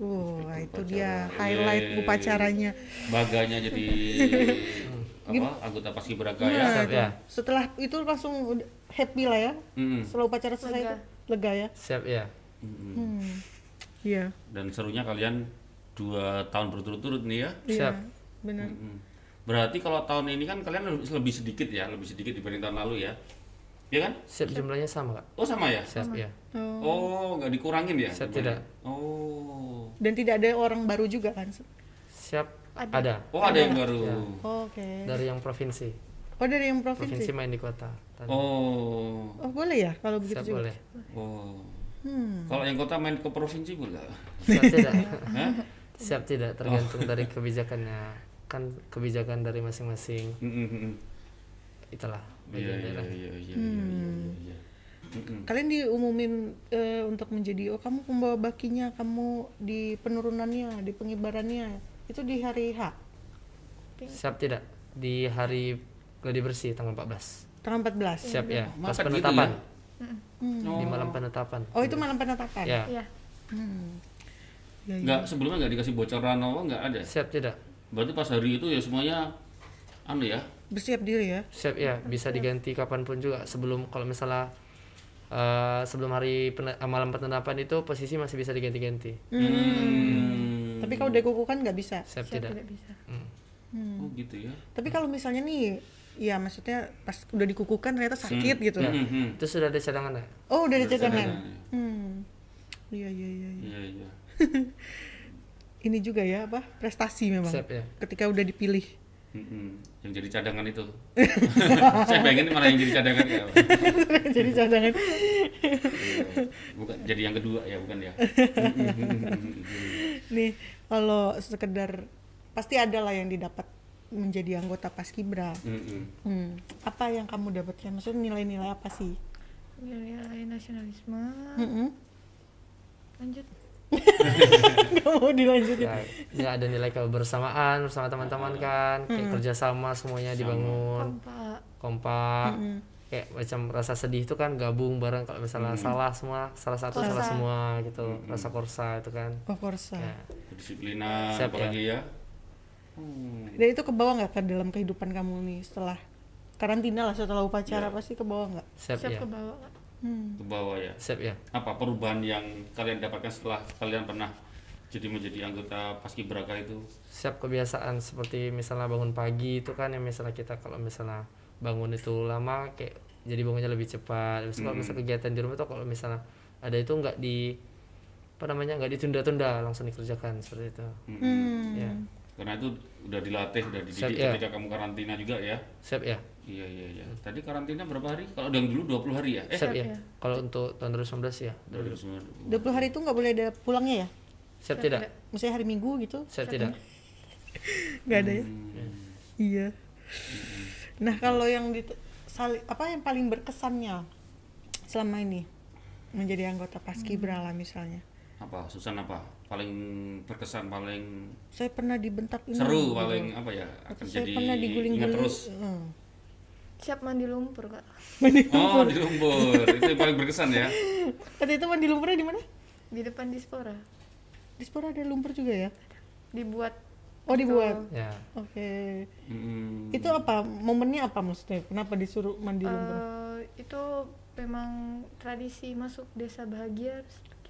Wah, itu dia highlight upacaranya.
Baganya
[laughs]
jadi apa? Anggota paskibraka ya.
Nah,
Siap ya.
setelah itu langsung udah happy lah ya.
Mm-mm.
Setelah upacara selesai
Lega.
itu lega ya.
Siap ya.
Mm-mm.
Hmm. Iya.
Dan serunya kalian dua tahun berturut-turut nih ya.
Iya.
Siap.
Benar.
Mm-mm. Hmm. Berarti kalau tahun ini kan kalian lebih- lebih sedikit ya, lebih sedikit dibanding tahun lalu ya, ya kan?
Siap jumlahnya sama kak.
Oh sama ya?
Siap ya.
Oh.
Oh, nggak dikurangin ya?
Siap,
Gimana?
tidak.
Oh.
Dan tidak ada orang baru juga kan.
Siap
Ada.
ada.
Oh, ada yang baru.
Ya.
Oh, Oke.
Dari yang provinsi.
Oh, dari yang
Provinsi
provinsi.
main di kota. Tan-
Oh.
Oh, boleh ya kalau begitu
Siap
juga.
boleh.
Oh.
Hmm.
Kalau yang kota main ke provinsi pula.
Siap tidak. [laughs]
Hah?
Siap tidak tergantung dari kebijakannya. Kan kebijakan dari masing-masing
Mm, mm, mm.
itulah
Iya,
bagian
iya,
daerah. Hmm.
iya, iya, iya, iya, iya. Mm, mm.
Kalian diumumin eh, untuk menjadi oh kamu pembawa bakinya, kamu di penurunannya, di pengibarannya. Itu di hari H,
Siap tidak di hari gladi bersih tanggal 14.
tanggal 14.
Siap ya.
Mepet
Pas
gitu
penetapan.
ya?
Di malam penetapan.
Oh, itu malam penetapan.
Ya.
iya
Hmm. Ya, ya.
Nggak sebelumnya nggak dikasih bocoran apa nggak ada.
Siap tidak?
Berarti pas hari itu ya semuanya anu ya.
Bersiap diri ya.
Siap ya, bisa diganti kapanpun juga sebelum kalau misalnya eh, sebelum hari pene- eh, malam penetapan itu posisi masih bisa diganti-ganti.
Hmm.
Tapi kalau udah kukukan nggak bisa.
Siap
siap
tidak?
tidak bisa
Hmm.
Oh gitu ya.
Tapi kalau misalnya nih, ya maksudnya pas udah dikukuhkan ternyata sakit
Hmm.
gitu.
Ya.
Mhm.
Itu sudah ada cadangan ya?
Oh, udah ada cadangan.
cadangan,
Hmm. Iya, iya, iya. iya.
Iya iya.
Ini juga ya apa? Prestasi memang.
Siap ya.
Ketika udah dipilih. [laughs]
Mhm. Yang jadi cadangan itu. [laughs] Saya pengen malah yang jadi cadangan
[laughs]
ya.
Jadi cadangan.
Bukan jadi yang kedua ya bukan ya.
Nih, kalau sekedar pasti ada lah yang didapat menjadi anggota Paskibra.
Mhm.
Hmm. Apa yang kamu dapatkan? Maksudnya nilai-nilai apa sih? Hmm,
nilai nasionalisme
[laughs] Mm-mm.
lanjut
Nggak mau dilanjutin.
Ya, ya ada nilai kebersamaan bersama teman-teman kan, kayak kerjasama semuanya dibangun,
kompak
kompak.
Hmm,
Kayak macam rasa sedih itu kan gabung bareng kalau misalnya salah semua, salah satu salah
Korsa.
semua gitu, rasa korsa itu kan.
Of course.
Ya.
Kedisiplinan
Siap, ya.
apalagi ya. Hmm.
Dan itu kebawa nggak ke dalam kehidupan kamu nih setelah karantina lah setelah upacara
Ya.
pasti kebawa nggak?
Siap,
siap
ya.
ke bawah Kak.
Hmm.
Ke bawah ya.
Siap ya.
Apa perubahan yang kalian dapatkan setelah kalian pernah jadi menjadi anggota paskibraka itu?
siap kebiasaan seperti misalnya bangun pagi itu kan yang misalnya kita kalau misalnya bangun itu lama kayak jadi bangunnya lebih cepat Habis itu kalau misalnya kegiatan di rumah tuh kalau misalnya ada itu nggak di apa namanya nggak ditunda-tunda langsung dikerjakan seperti itu
Hmm.
ya
Karena itu udah dilatih, udah dididik
Siap, ya.
ketika kamu karantina juga ya.
siap ya
Iya iya iya. Tadi karantina berapa hari? Kalau yang dulu 20 hari ya? Eh,
siap
Siap,
ya
ya.
kalau untuk tahun 2019 ya
2019.
20 hari itu nggak boleh ada pulangnya ya?
siap tidak
Misalnya hari Minggu gitu?
siap tidak Hmm.
Nggak ada ya?
Hmm.
Iya. Nah kalau yang di sali- apa yang paling berkesannya selama ini menjadi anggota
Hmm.
Paskibra lah misalnya.
Apa? Susan apa? Paling berkesan, paling
Saya pernah dibentak ini.
seru, paling apa ya?
Atau
Akan
Iya, saya
jadi
pernah
ingat
diguling-guling.
terus.
Hmm. [laughs]
siap mandi lumpur kak
Oh, di lumpur. itu yang paling berkesan ya.
Waktu itu mandi lumpurnya di mana?
di depan dispora
Di Spora ada lumpur juga ya?
dibuat
Oh dibuat.
ya
Oke.
Hmm. Mm-mm.
Itu apa momennya apa maksudnya? Kenapa disuruh mandi lumpur?
eh, itu memang tradisi masuk desa bahagia harus gitu.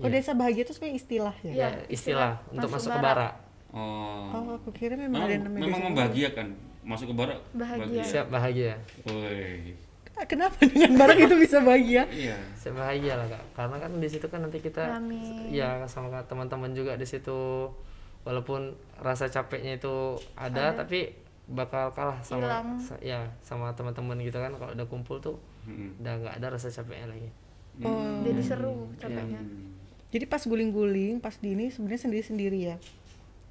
Oh
iya.
desa bahagia itu sebenarnya istilah ya?
Iya,
Ya, istilah
istilah
untuk
masuk
masuk ke
bara.
bara
Oh.
Oh aku kira memang
Memang,
ada yang namanya
memang
desa
membahagiakan. Masuk ke barak.
Bahagia.
siap bahagia
Woi.
bahagia. Kenapa dengan barang itu bisa bahagia?
Iya.
Saya bahagia lah kak, karena kan di situ kan nanti kita
Rame.
ya sama teman-teman juga di situ, walaupun rasa capeknya itu ada, tapi bakal kalah sama
Hilang.
sa- ya sama teman-teman gitu kan kalau udah kumpul tuh
Mm-mm.
udah nggak ada rasa capeknya lagi.
Oh, Hmm.
jadi seru
Hmm.
iya.
capeknya
Iya.
Jadi pas guling-guling, pas di ini sebenarnya sendiri-sendiri ya.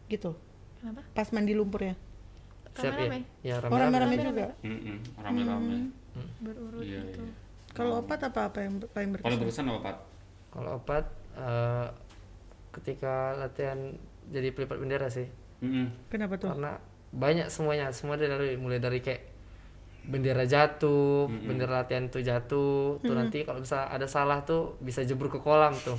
Gitu.
kenapa
Pas mandi lumpur ya.
Siap ya?
rame-rame
Ya
Oh,
rame-rame.
rame-rame juga.
Mm-mm. Hmm. Rame-rame.
berurut
Iya,
gitu
iya.
Hmm, Kalau opat apa apa yang ber- paling
Paling
berkesan?
berkesan apa, Pat?
Kalau opat eh, ketika latihan jadi pelipat bendera sih,
Mm-mm.
Kenapa tuh?
karena banyak semuanya, semua dari mulai dari kayak bendera jatuh, bendera latihan tuh jatuh, tuh nanti kalau bisa ada salah tuh bisa jebur ke kolam tuh.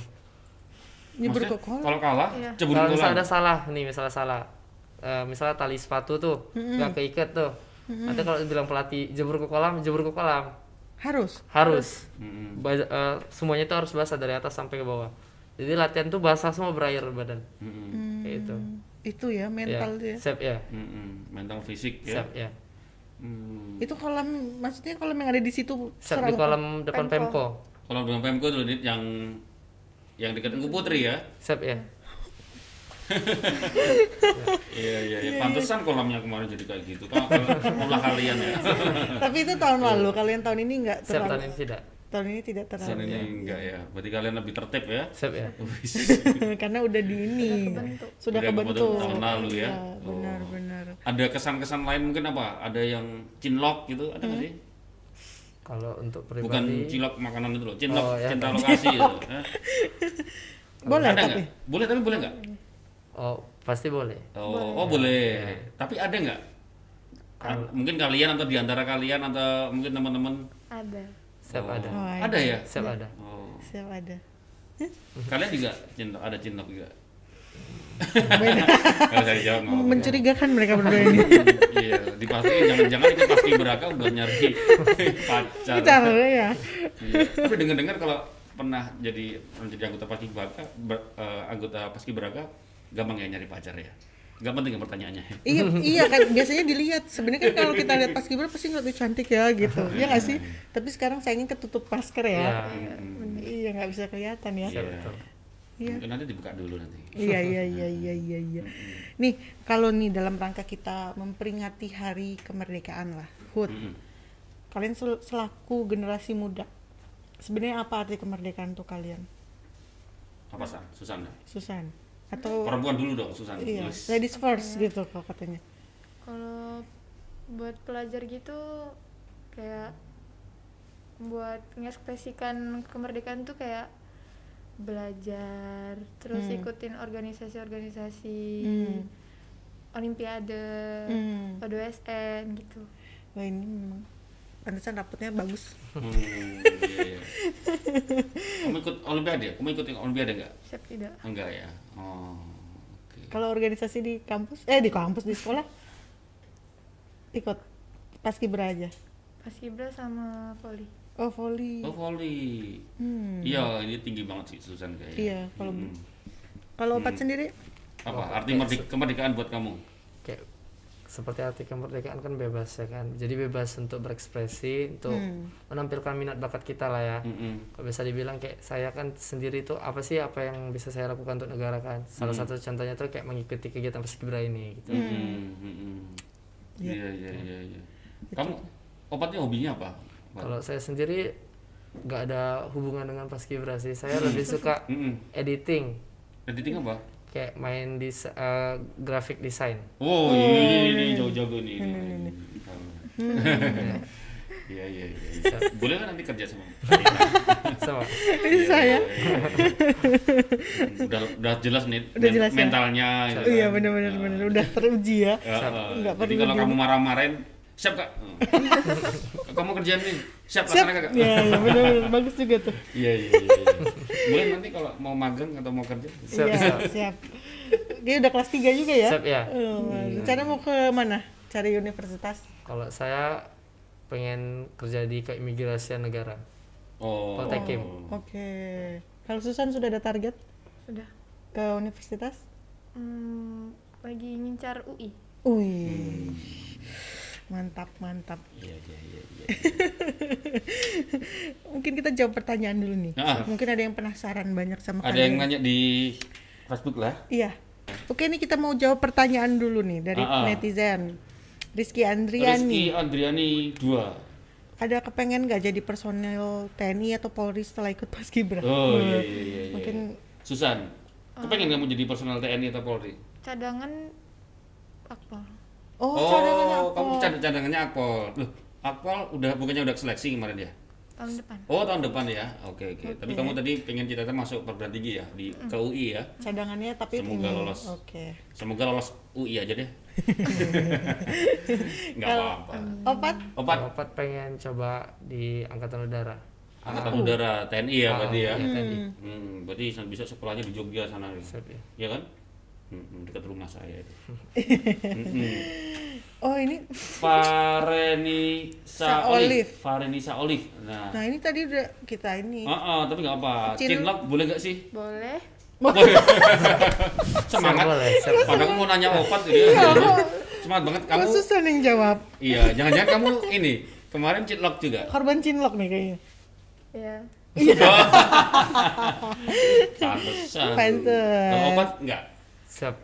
Nyebur
Maksudnya,
ke kolam.
Kalau kalah,
Iya.
cebur
Kalau
kolam.
misalnya ada salah nih, misalnya salah, Eh, misalnya tali sepatu tuh nggak keikat tuh, nanti kalau bilang pelatih jebur ke kolam, jebur ke kolam
Harus.
harus,
Mm-mm.
Ba- eh, semuanya itu harus basah dari atas sampai ke bawah. Jadi latihan tuh basah semua berair badan,
Mm-mm.
kayak itu.
Hmm, Itu ya Mm. mental
ya.
dia.
Iya.
Siap ya,
Mm-mm. Mental Hmm. fisik ya.
siap ya.
Hmm.
Itu kolam maksudnya kolam yang ada di situ
Siap
serang-
di kolam depan
Pemko.
pemko,
Kalau dengan Pemko dulu Dit, yang yang dekat Tengku Putri
[laughs]
ya.
siap ya.
Iya iya iya. Pantesan kolamnya kemarin jadi kayak gitu. Kalau kalau olah kalian
[laughs]
ya.
[laughs] Tapi itu
Iya.
tahun lalu. Kalian tahun ini nggak
Siap tahun
terlalu.
ini tidak,
Tahun ini tidak
Pesan
terlalu.
ini enggak ya. Berarti kalian lebih tertib ya.
siap ya.
[laughs] Karena udah di ini.
kebentuk.
Sudah
Udah kebentuk
kebentuk. Iya,
tahun lalu ya. Oh.
Benar-benar.
Ada kesan-kesan lain mungkin apa? Ada yang cinlok gitu ada nggak sih?
Kalau untuk
Bukan
Hmm. pribadi,
cilok makanan itu loh, cinlok
Oh, ya.
cinta lokasi
[laughs]
gitu. Hah?
Boleh
ada
tapi.
nggak? Boleh tapi boleh nggak?
oh pasti boleh.
Oh, boleh. oh boleh.
Iya.
Tapi ada nggak? A- mungkin kalian atau diantara kalian atau mungkin teman-teman
ada
Siap
Oh,
ada,
Ada ya?
siap ada.
Oh.
Siap ada. Mhm.
Kalian juga cinlok, ada cinlok juga. [laughs] Kalau saya jawab nggak apa-apa.
Mencurigakan mereka berdua ini.
Iya, dipastiin jangan-jangan itu pasti beraka udah
[laughs]
nyari pacar.
Pacar ya.
Iya. Tapi dengar-dengar kalau pernah jadi menjadi anggota paski beraka, ber- eh, anggota paski beraka gampang ya nyari pacar ya. Gak penting ya pertanyaannya.
iya iya kan biasanya dilihat sebenarnya kan kalau kita lihat pas gibran pasti ngeliat "Ih, cantik ya gitu ya nggak sih tapi sekarang sayangnya ketutup masker ya
Ya.
iya nggak bisa kelihatan ya
Iya.
betul.
Iya.
Mungkin nanti dibuka dulu nanti.
iya iya iya iya iya iya nih kalau nih dalam rangka kita memperingati hari kemerdekaan lah HUT
Mm-mm.
kalian sel- selaku generasi muda sebenarnya apa arti kemerdekaan tuh kalian
Apa San? Susan ya?
Susan atau
Perempuan dulu dong Susan.
iya
Nulis.
ladies first gitu kalau katanya
kalau buat pelajar gitu kayak buat mengekspresikan kemerdekaan tuh kayak belajar terus
Hmm.
ikutin organisasi-organisasi
Hmm.
olimpiade
Hmm.
PDSN gitu
wah ini memang pantesan rapotnya bagus
Hmm, iya, iya. Kamu ikut Olimpiade? Kamu ikut Olimpiade nggak?
siap tidak
Enggak ya. Oh, oke.
Kalau organisasi di kampus, eh di kampus di sekolah ikut pas aja.
pas Ibra sama Poli
Oh volley.
Oh volley.
Hmm.
Iya, ini tinggi banget sih Susan kayaknya.
Iya, kalau-
Hmm.
Kalau opat sendiri,
apa arti merdek- kemerdekaan buat kamu?
kayak seperti arti kemerdekaan kan bebas ya kan jadi bebas untuk berekspresi untuk
Hmm.
menampilkan minat bakat kita lah ya
Mm-mm.
Kalau bisa dibilang kayak saya kan sendiri itu apa sih apa yang bisa saya lakukan untuk negara kan salah
Hmm.
satu contohnya tuh kayak mengikuti kegiatan paskibra ini gitu
Mm-mm, mm-mm. Hmm, Iya, iya, iya, iya. Kamu obatnya hobinya apa? Obat.
kalau saya sendiri nggak ada hubungan dengan paskibra sih saya
[laughs]
lebih suka
Mm-mm.
editing
Hmm, Editing apa?
kayak main eh, di grafik desain
Oh, ini, ini, ini, ini, jago-jago nih. ini, ini, ini. Tahu. [laughs] Iya, iya, iya. iya. Boleh kan nanti kerja sama? [laughs]
sama
[laughs] bisa ya.
Iya, iya, iya. [laughs] udah udah jelas nih
Udah
men-
jelas ya?
mentalnya gitu
Iya
kan.
benar-benar
Nah,
benar udah teruji ya.
Ya, eh,
Nggak
jadi
perlu
kalau
di-
kamu marah-marahin, siap kak.
[laughs]
Hmm. kamu kerjaan nih, siap
Siap.
laksanakan kak.
Iya, iya benar-benar bagus juga tuh.
[laughs] Iya iya iya. iya. Boleh nanti kalau mau magang atau mau kerja.
Siap,
Iya, siap. Dia udah kelas 3 juga ya.
Siap,
iya.
ya.
Hmm.
Oh, rencana mau ke mana? Cari universitas.
kalau saya pengen kerja di keimigrasian negara
Oh.
Poltekim.
Oke. Kalau Susan sudah ada target
sudah
ke universitas?
Hmm, lagi ngincar UI
Wih.
Hmm.
Mantap, mantap.
Iya iya iya. iya.
Mungkin kita jawab pertanyaan dulu nih.
Ah.
Mungkin ada yang penasaran banyak sama
Ada yang
kalian.
nanya di Facebook lah.
Iya. Oke, ini kita mau jawab pertanyaan dulu nih dari
Ah, ah.
netizen. Rizky Andriani,
Rizky Andriani 2
ada kepengen gak jadi personel TNI atau Polri setelah ikut Paskibra?
Oh iya iya iya. iya.
Mungkin-
Susan, kepengen
Ah.
kamu jadi personal TNI atau Polri?
cadangan akpol
Oh,
Oh,
cadangannya apa?
kamu cad- cadangannya Akpol. Loh, Akpol udah bukannya udah seleksi kemarin ya?
tahun depan
Oh, tahun depan ya. Oke, oke. Tapi kamu tadi pengen cita-cita masuk perguruan tinggi ya di
Mm.
ke UI ya.
Cadangannya tapi
Semoga
ini.
lolos.
Oke.
Semoga lolos UI aja
[laughs]
deh. Enggak
Kalau-
apa-apa.
Opat?
Opat
Opat pengen coba di angkatan udara
angkatan udara TNI ya berarti ya.
Mm.
Iya, tadi.
Hmm, berarti bisa sekolahnya di Jogja sana ya.
Siap, ya.
Iya kan? Hmm, hmm, dekat rumah saya
[laughs]
itu. Hmm, hmm.
Oh, ini
Farenisa
Sa Olive.
Olive. Farenisa Olive. Nah,
Nah, ini tadi udah kita ini.
Ah, ah, tapi nggak apa.
Cin-
Cinlok boleh nggak sih?
boleh
Semangat.
Siap, boleh, siap.
Padahal aku mau nanya opat gitu ya. Semangat banget kamu.
Kok Susan yang jawab?
Iya, jangan-jangan kamu ini kemarin cinlok juga.
Korban cinlok nih kayaknya.
ya
Pantesan.
Pantes.
Kalau opat nggak,
siap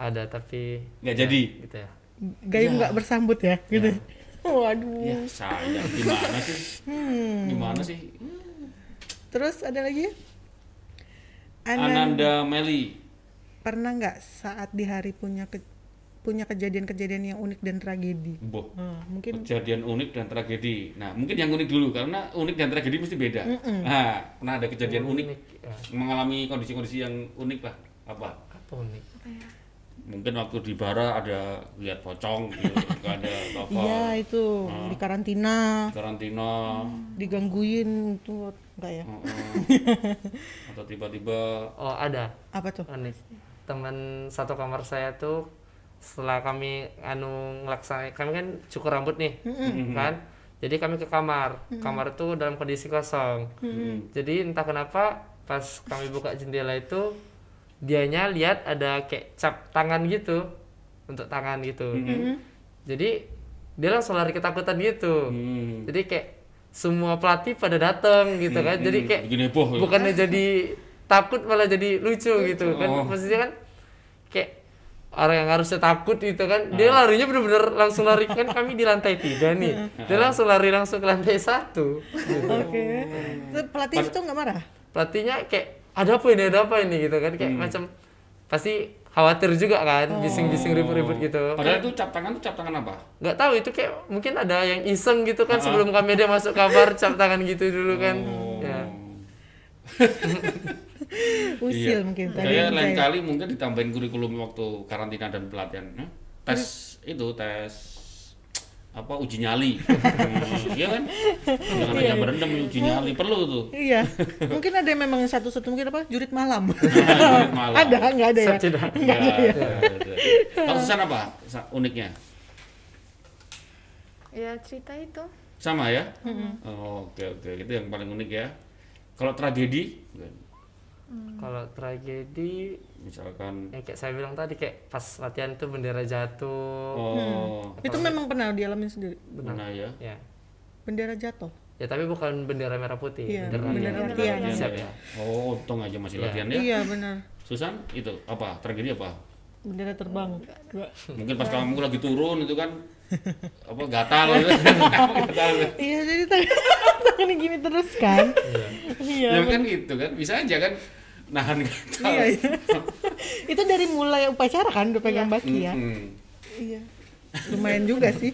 ada tapi
nggak jadi.
gitu ya
Iya.
Gayung nggak bersambut ya, gitu. [laughs] Waduh.
Ya sayang. Gimana sih? Gimana sih?
Terus ada lagi? Anan,
Ananda Meli.
pernah nggak saat di hari punya ke- punya kejadian-kejadian yang unik dan tragedi?
Boh.
Nah, mungkin
Kejadian unik dan tragedi. Nah, mungkin yang unik dulu karena unik dan tragedi mesti beda. Nah, pernah ada kejadian unik,
ya.
mengalami kondisi-kondisi yang unik lah. Apa?
apa unik
ya?
mungkin waktu di bara ada lihat pocong
[laughs]
gitu nggak ada apa Ah.
iya itu di karantina
karantina
digangguin itu enggak
Ah.
ya?
heeh. atau tiba-tiba
oh ada
Apa tuh?
Ah.
unik teman satu kamar saya tuh setelah kami anu ngelaksanain kami kan cukur rambut nih kan jadi kami ke kamar kamar itu dalam kondisi kosong jadi entah kenapa pas kami buka jendela itu dianya lihat ada kayak cap tangan gitu untuk tangan gitu jadi dia langsung lari ketakutan gitu
Hmm.
jadi kayak semua pelatih pada datang gitu kan jadi kayak
Bikin heboh ya.
bukannya jadi takut malah jadi lucu gitu kan
Oh.
maksudnya kan kayak orang yang harusnya takut gitu
Ah.
kan dia larinya bener-bener langsung lari kan kami di lantai tiga nih
[laughs]
dia langsung lari langsung ke lantai satu
Oke. Terus Pelatih itu nggak marah?
pelatihnya kayak ada apa ini ada apa ini gitu kan kayak
Hmm.
macam pasti khawatir
Oh.
juga kan bising-bising ribut-ribut
Oh.
gitu
Padahal itu cap tangan tuh cap tangan apa?
nggak tahu itu kayak mungkin ada yang iseng gitu
Ah.
kan sebelum kami ada masuk kamar cap tangan gitu dulu kan
Oh.
ya
Usil mungkin tadi.
Saya Iya. lain
kayak-
kali mungkin ditambahin kurikulum waktu karantina dan pelatihan. Hah? Tes itu tes apa uji nyali.
[laughs]
Hmm, Iya kan? Jangan hanya berendam uji nyali perlu tuh. [laughs]
Iya. Mungkin ada yang memang satu-satu mungkin apa? Jurit malam.
Ah,
[laughs]
Malam.
ada nggak ada ya?
Saya tidak.
Enggak ada. Iya, Kalau Susan apa Sa- uniknya?
ya cerita itu
Sama ya? Oh, Oke oke itu yang paling unik ya. Kalau tragedi
kalau tragedi
misalkan
yang kayak saya bilang tadi kayak pas latihan itu bendera jatuh
oh
Itu memang pernah dialami sendiri.
mana ya?
ya
Bendera jatuh.
ya tapi bukan bendera merah putih
Iya,
bendera
bendera
merah
latihan.
Latihan
siap
ya.
ya
Oh, untung aja masih
Iya.
latihan ya.
Iya benar.
Susan itu apa? Tragedi
[laughs]
apa?
Bendera terbang.
Mungkin pas kamu lagi turun itu kan apa gatal gitu.
[laughs]
gatal.
Iya jadi [laughs] tangan tangannya gini terus kan? Iya.
Ya kan gitu kan. Bisa aja kan nahan gatal.
Iya, iya. [laughs] itu dari mulai upacara kan udah pegang baki ya.
Mm-mm.
Iya. Lumayan juga sih.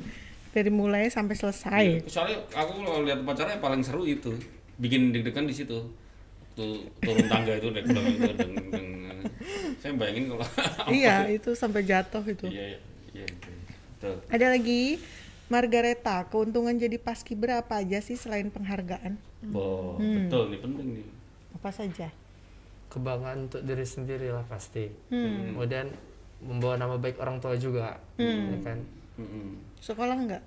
Dari mulai sampai selesai.
Soalnya Iya, aku kalau lihat pacarnya paling seru itu bikin deg-degan di situ. Tuh, turun tangga itu deg deg deg deg deg. Saya bayangin kalau [laughs]
Iya, itu sampai jatuh itu.
Iya, iya. Iya. iya. Tuh.
Ada lagi Margareta, keuntungan jadi paski berapa aja sih selain penghargaan?
Boh, betul nih penting nih.
Apa saja?
kebanggaan untuk diri sendiri lah pasti
Hmm.
kemudian membawa nama baik orang tua juga ya kan
Mm-mm.
Sekolah enggak?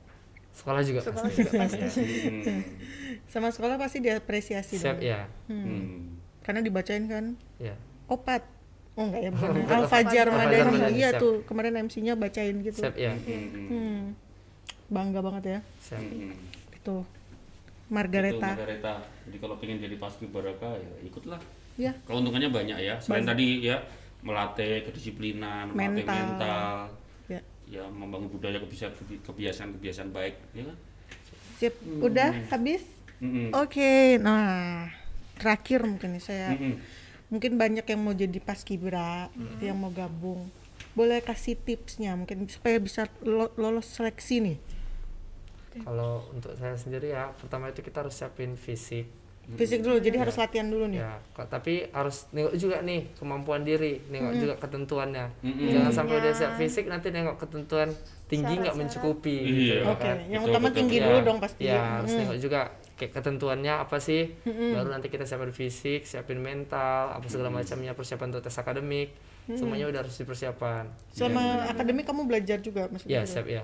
sekolah juga pasti
Mm.
Sama sekolah pasti diapresiasi
siap
dong.
ya
Mm.
Karena dibacain kan
ya
opat. Oh enggak ya, [laughs] bukan. Al Fajar
Al Fajar
Madani.
Madani,
Iya
siap.
tuh, kemarin MC-nya bacain gitu.
siap ya
Mm-mm.
Hmm. Bangga banget ya.
siap
Mm-mm.
Itu
Itu
Margareta.
Margareta. Jadi kalau pengen jadi paski beraka ya ikutlah.
Ya.
Keuntungannya banyak ya. Selain tadi ya melatih kedisiplinan, melatih
Mental.
mental,
Ya.
ya membangun budaya kebisa- kebi- kebiasaan-kebiasaan baik, ya kan?
Sip, udah habis?
Mm-mm.
Oh, Oke, nah terakhir mungkin nih saya
Mm-mm.
mungkin banyak yang mau jadi paskibra, yang mau gabung. Boleh kasih tipsnya mungkin supaya bisa lo- lolos seleksi nih.
kalau untuk saya sendiri ya pertama itu kita harus siapin fisik
Fisik dulu, jadi harus latihan dulu nih.
ya kok tapi harus nengok juga nih kemampuan diri nengok juga ketentuannya
Mm-mm.
jangan sampai udah
Iya.
siap fisik nanti nengok ketentuan tinggi nggak mencukupi
Iya.
gitu
Oke,
kan.
yang
betul,
utama
betul.
tinggi
Ya,
dulu dong pasti.
ya
ya.
harus nengok juga kayak ketentuannya apa sih baru nanti kita siapin fisik siapin mental apa segala macamnya persiapan untuk tes akademik semuanya udah harus dipersiapkan Iya,
Selama akademik kamu belajar juga maksudnya.
ya siap ya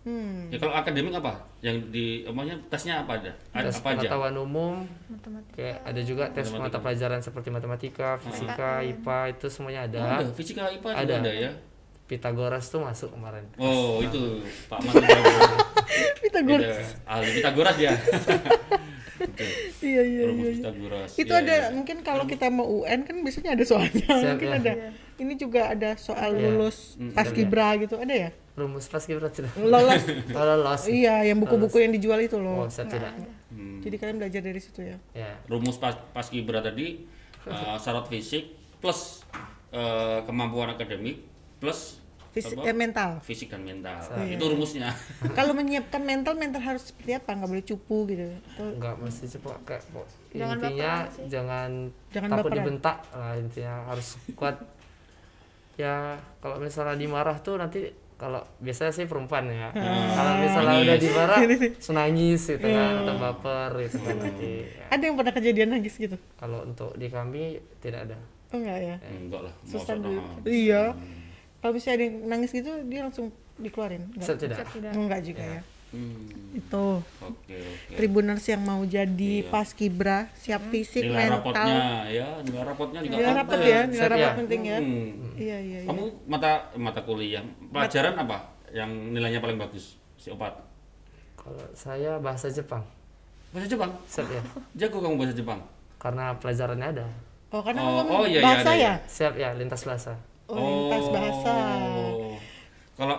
Hmm.
Ya kalau akademik apa? Yang di emangnya tesnya apa ada? Ada
tes
apa aja?
pengetahuan umum
matematika
kayak ada juga tes mata pelajaran seperti matematika fisika ipa itu semuanya
Ada
ada
fisika IPA juga ada.
Ada.
ya.
Pitagoras tuh masuk kemarin
Oh, itu Pak Mas. Pitagoras.
Iya,
[laughs] Pitagoras.
Ahli Pitagoras [laughs] ya. Oke.
Iya, iya, iya.
Rumus Pitagoras.
Itu
Ya,
ada
ya.
mungkin kalau kita mau UN kan biasanya ada soalnya.
Iya, Siap, Iya. Hmm,
mungkin
ya.
ada. Ini juga ada soal lulus paskibra
iya.
gitu, ada ya?
rumus paskibra tidak [laughs]
Lolos.
Oh, lolos
iya, yang buku-buku yang dijual itu loh. Hmm.
oh saya tidak
Jadi kalian belajar dari situ ya.
ya
rumus pas paskibra tadi eh, syarat fisik plus eh, kemampuan akademik plus
Fisik
apa?
eh,
[laughs]
mental.
fisik dan mental itu rumusnya
Kalau menyiapkan mental, mental harus seperti apa? Nggak boleh cupu gitu. Atau
nggak mesti cepat kayak po-
Jangan
intinya
baperan sih.
jangan
Jangan
takut
baperan.
dibentak lah intinya harus kuat [laughs] ya kalau misalnya dimarah tuh nanti kalau biasanya sih perempuan ya kalau misalnya udah
Nangis.
dimarah langsung nangis gitu kan atau baper gitu kan
Hmm.
nanti ya.
ada yang pernah kejadian nangis gitu?
kalau untuk di kami tidak ada
Oh enggak ya?
enggak lah ah. mau
Susah dulu.
sono.
Iya. Kalau misalnya ada yang nangis gitu, dia langsung dikeluarin. Enggak.
Saya tidak
tidak
Iya.
Enggak juga ya.
Hmm.
itu
Oke oke.
tribuners yang mau jadi
Iya. Hmm.
paskibra siap fisik
Nilai rapotnya
mental
ya, nilai rapotnya juga kan
nilai
penting.
rapot ya nilai
Siap
rapot
ya.
penting ya
Hmm.
iya iya iya.
Kamu mata mata kuliah pelajaran apa yang nilainya paling bagus? Si opat.
Kalau saya bahasa Jepang,
Bahasa Jepang.
set ya.
Jago kamu bahasa Jepang.
Karena pelajarannya ada.
oh karena
Oh,
ngomong
oh, iya, iya,
bahasa
ada,
ya
Siap ya, lintas bahasa.
oh lintas bahasa
Oh. Kalau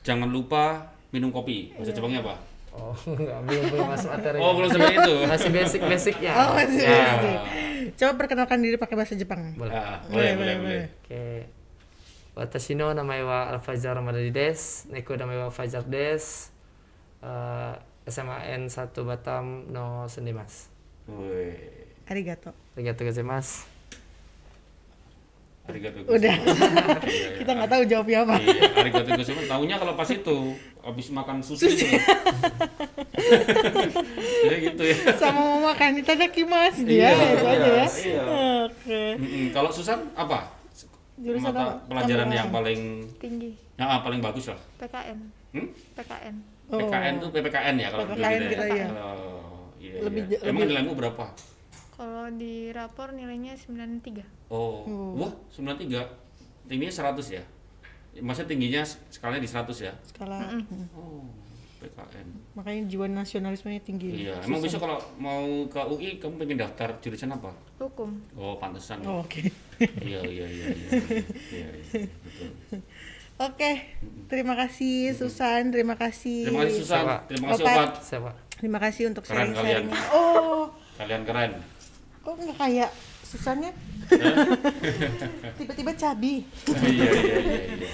jangan lupa minum kopi. Bahasa
Iya.
Jepangnya apa?
Oh, [laughs] enggak, belum belum masuk materi.
Oh, belum sampai
[laughs]
itu.
Masih basic-basic ya.
oh masih
Ya.
masih. coba perkenalkan diri pakai bahasa Jepang
Boleh.
Ah, boleh, boleh, boleh.
Oke. Watashi no namae wa Alfajar Ramadhani desu. Neko namae wa Fajar desu. Eh, SMAN 1 Batam no sendimas.
Woi.
arigato
Arigatou gozaimasu.
Arigato
Udah.
gozaimasu. Iya, iya.
kita nggak tahu jawabnya apa
Iya, arigato gozaimasu. Taunya kalau pas itu habis makan sushi. itu.
[laughs]
Jadi gitu ya.
sama mau makan itadakimasu dia
Iya,
itu aja ya
iya.
oke
Mm-mm. Kalau Susan apa?
Jurusan
Mata
apa?
pelajaran yang
Kamu-
paling
tinggi
ya, ah, paling bagus lah.
PKN
Hmm?
PKN
Oh.
PKN tuh PPKN ya kalau dulu
PPKN
kita
kita, iya.
Oh, iya,
Lebih
iya.
ja-
Emang
lebih-
nilaimu berapa?
kalau di rapor nilainya 93
Oh,
Hmm.
wah 93 tingginya 100 ya? Maksudnya tingginya skalanya di 100 ya?
skala hmm,
Oh, PKN.
makanya jiwa nasionalismenya tinggi
Iya, emang besok kalau mau ke UI kamu pengen daftar jurusan apa?
hukum
Oh, pantesan.
Oh, oke
Iya, iya,
[laughs]
iya, iya. iya, iya, iya, betul.
Oke, terima kasih Susan, terima kasih.
Terima kasih Susan,
Siapa?
terima kasih
Opat.
Opat.
Siapa?
Terima kasih untuk
Keren
sharing-sharingnya. Oh,
Kalian keren. [laughs]
kok nggak kayak Susannya?
Ya.
[laughs] Tiba-tiba cabi.
Iya, iya, iya, iya.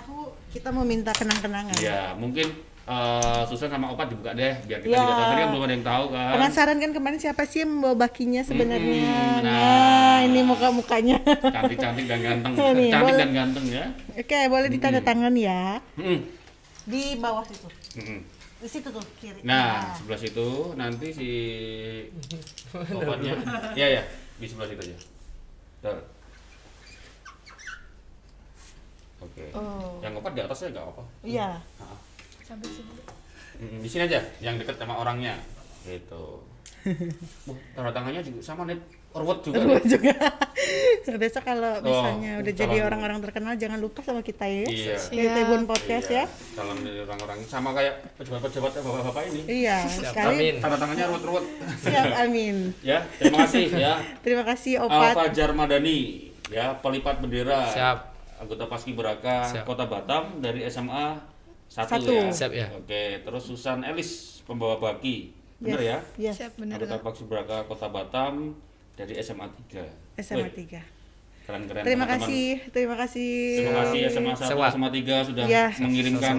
Aku kita mau minta kenang-kenangan.
Iya, mungkin eh, Susan sama Opat dibuka deh biar kita
Iya.
juga tahu. Tadi kan belum ada yang tahu kan.
Penasaran kan kemarin siapa sih yang membawa bakinya sebenarnya?
Mm-mm,
nah.
nah.
ini muka-mukanya.
Cantik-cantik dan ganteng.
Iya, Nih,
Cantik
boleh.
dan ganteng ya.
[laughs] Oke, boleh ditanda tangan ya.
Mm.
Di bawah situ.
Mm.
Di situ tuh kiri.
Nah, sebelah situ nanti
[laughs]
si obatnya. Iya ya, di sebelah situ aja. Bentar. Oke.
Oh.
Yang obat di atasnya nggak apa-apa.
Iya.
Ah.
sampai sini
Mm, Di sini aja, yang dekat sama orangnya. Gitu. [laughs] Wah, tanda tangannya juga sama nih. Orwot juga. Iya.
Terus juga. [laughs] Besok kalau misalnya
Oh,
udah
kalau-
jadi orang-orang terkenal jangan lupa sama kita ya.
Iya.
Dari Tribun Podcast
Iya,
ya.
Dalam orang-orang sama kayak pejabat-pejabat bapak-bapak ini.
Iya, sekali
Amin.
Tanda tangannya ruwet-ruwet.
siap amin.
[laughs] ya, terima kasih ya.
Terima kasih Opat.
Alfajar Madani ya, pelipat bendera.
Siap.
Anggota Paskibraka
Siap.
Kota Batam dari SMA 1
Satu.
ya.
Siap, ya.
Oke, terus Susan Elis pembawa baki. Bener
Yes,
ya?
Yes.
siap bener
Anggota
Kak.
Paskibraka Kota Batam dari SMA 3.
SMA
Wih,
3.
Keren-keren.
Terima
teman-teman.
kasih, terima kasih.
Terima kasih ya, SMA 1
Sewa.
SMA 3 sudah
Iya.
mengirimkan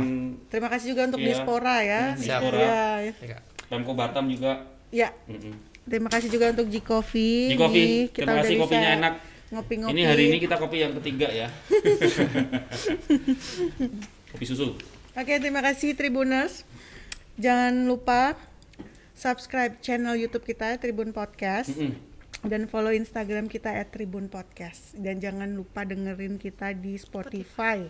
Terima kasih juga untuk
Iya.
Dispora ya.
Siap.
Iya. ya.
Ya, Kak.
Pemko Batam juga.
Ya,
Mm-mm.
terima kasih juga untuk G Coffee.
G Coffee,
Nih,
terima kasih
udah bisa
kopinya enak.
Ngopi-ngopi.
Ini hari ini kita kopi yang ketiga
[laughs]
ya. [laughs] kopi susu.
Oke, terima kasih Tribuners. Jangan lupa subscribe channel YouTube kita Tribun Podcast.
Mm-mm.
dan follow Instagram kita @tribunpodcast dan jangan lupa dengerin kita di Spotify.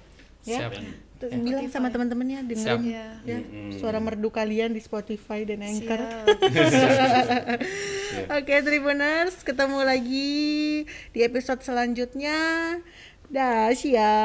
Ya.
Siap.
Terus Bilang sama teman-temannya dengerin
Siap. Iya.
ya
Mm-mm.
suara merdu kalian di Spotify dan Anchor.
siap
Oke, Tribuners, ketemu lagi di episode selanjutnya. Dah, ya.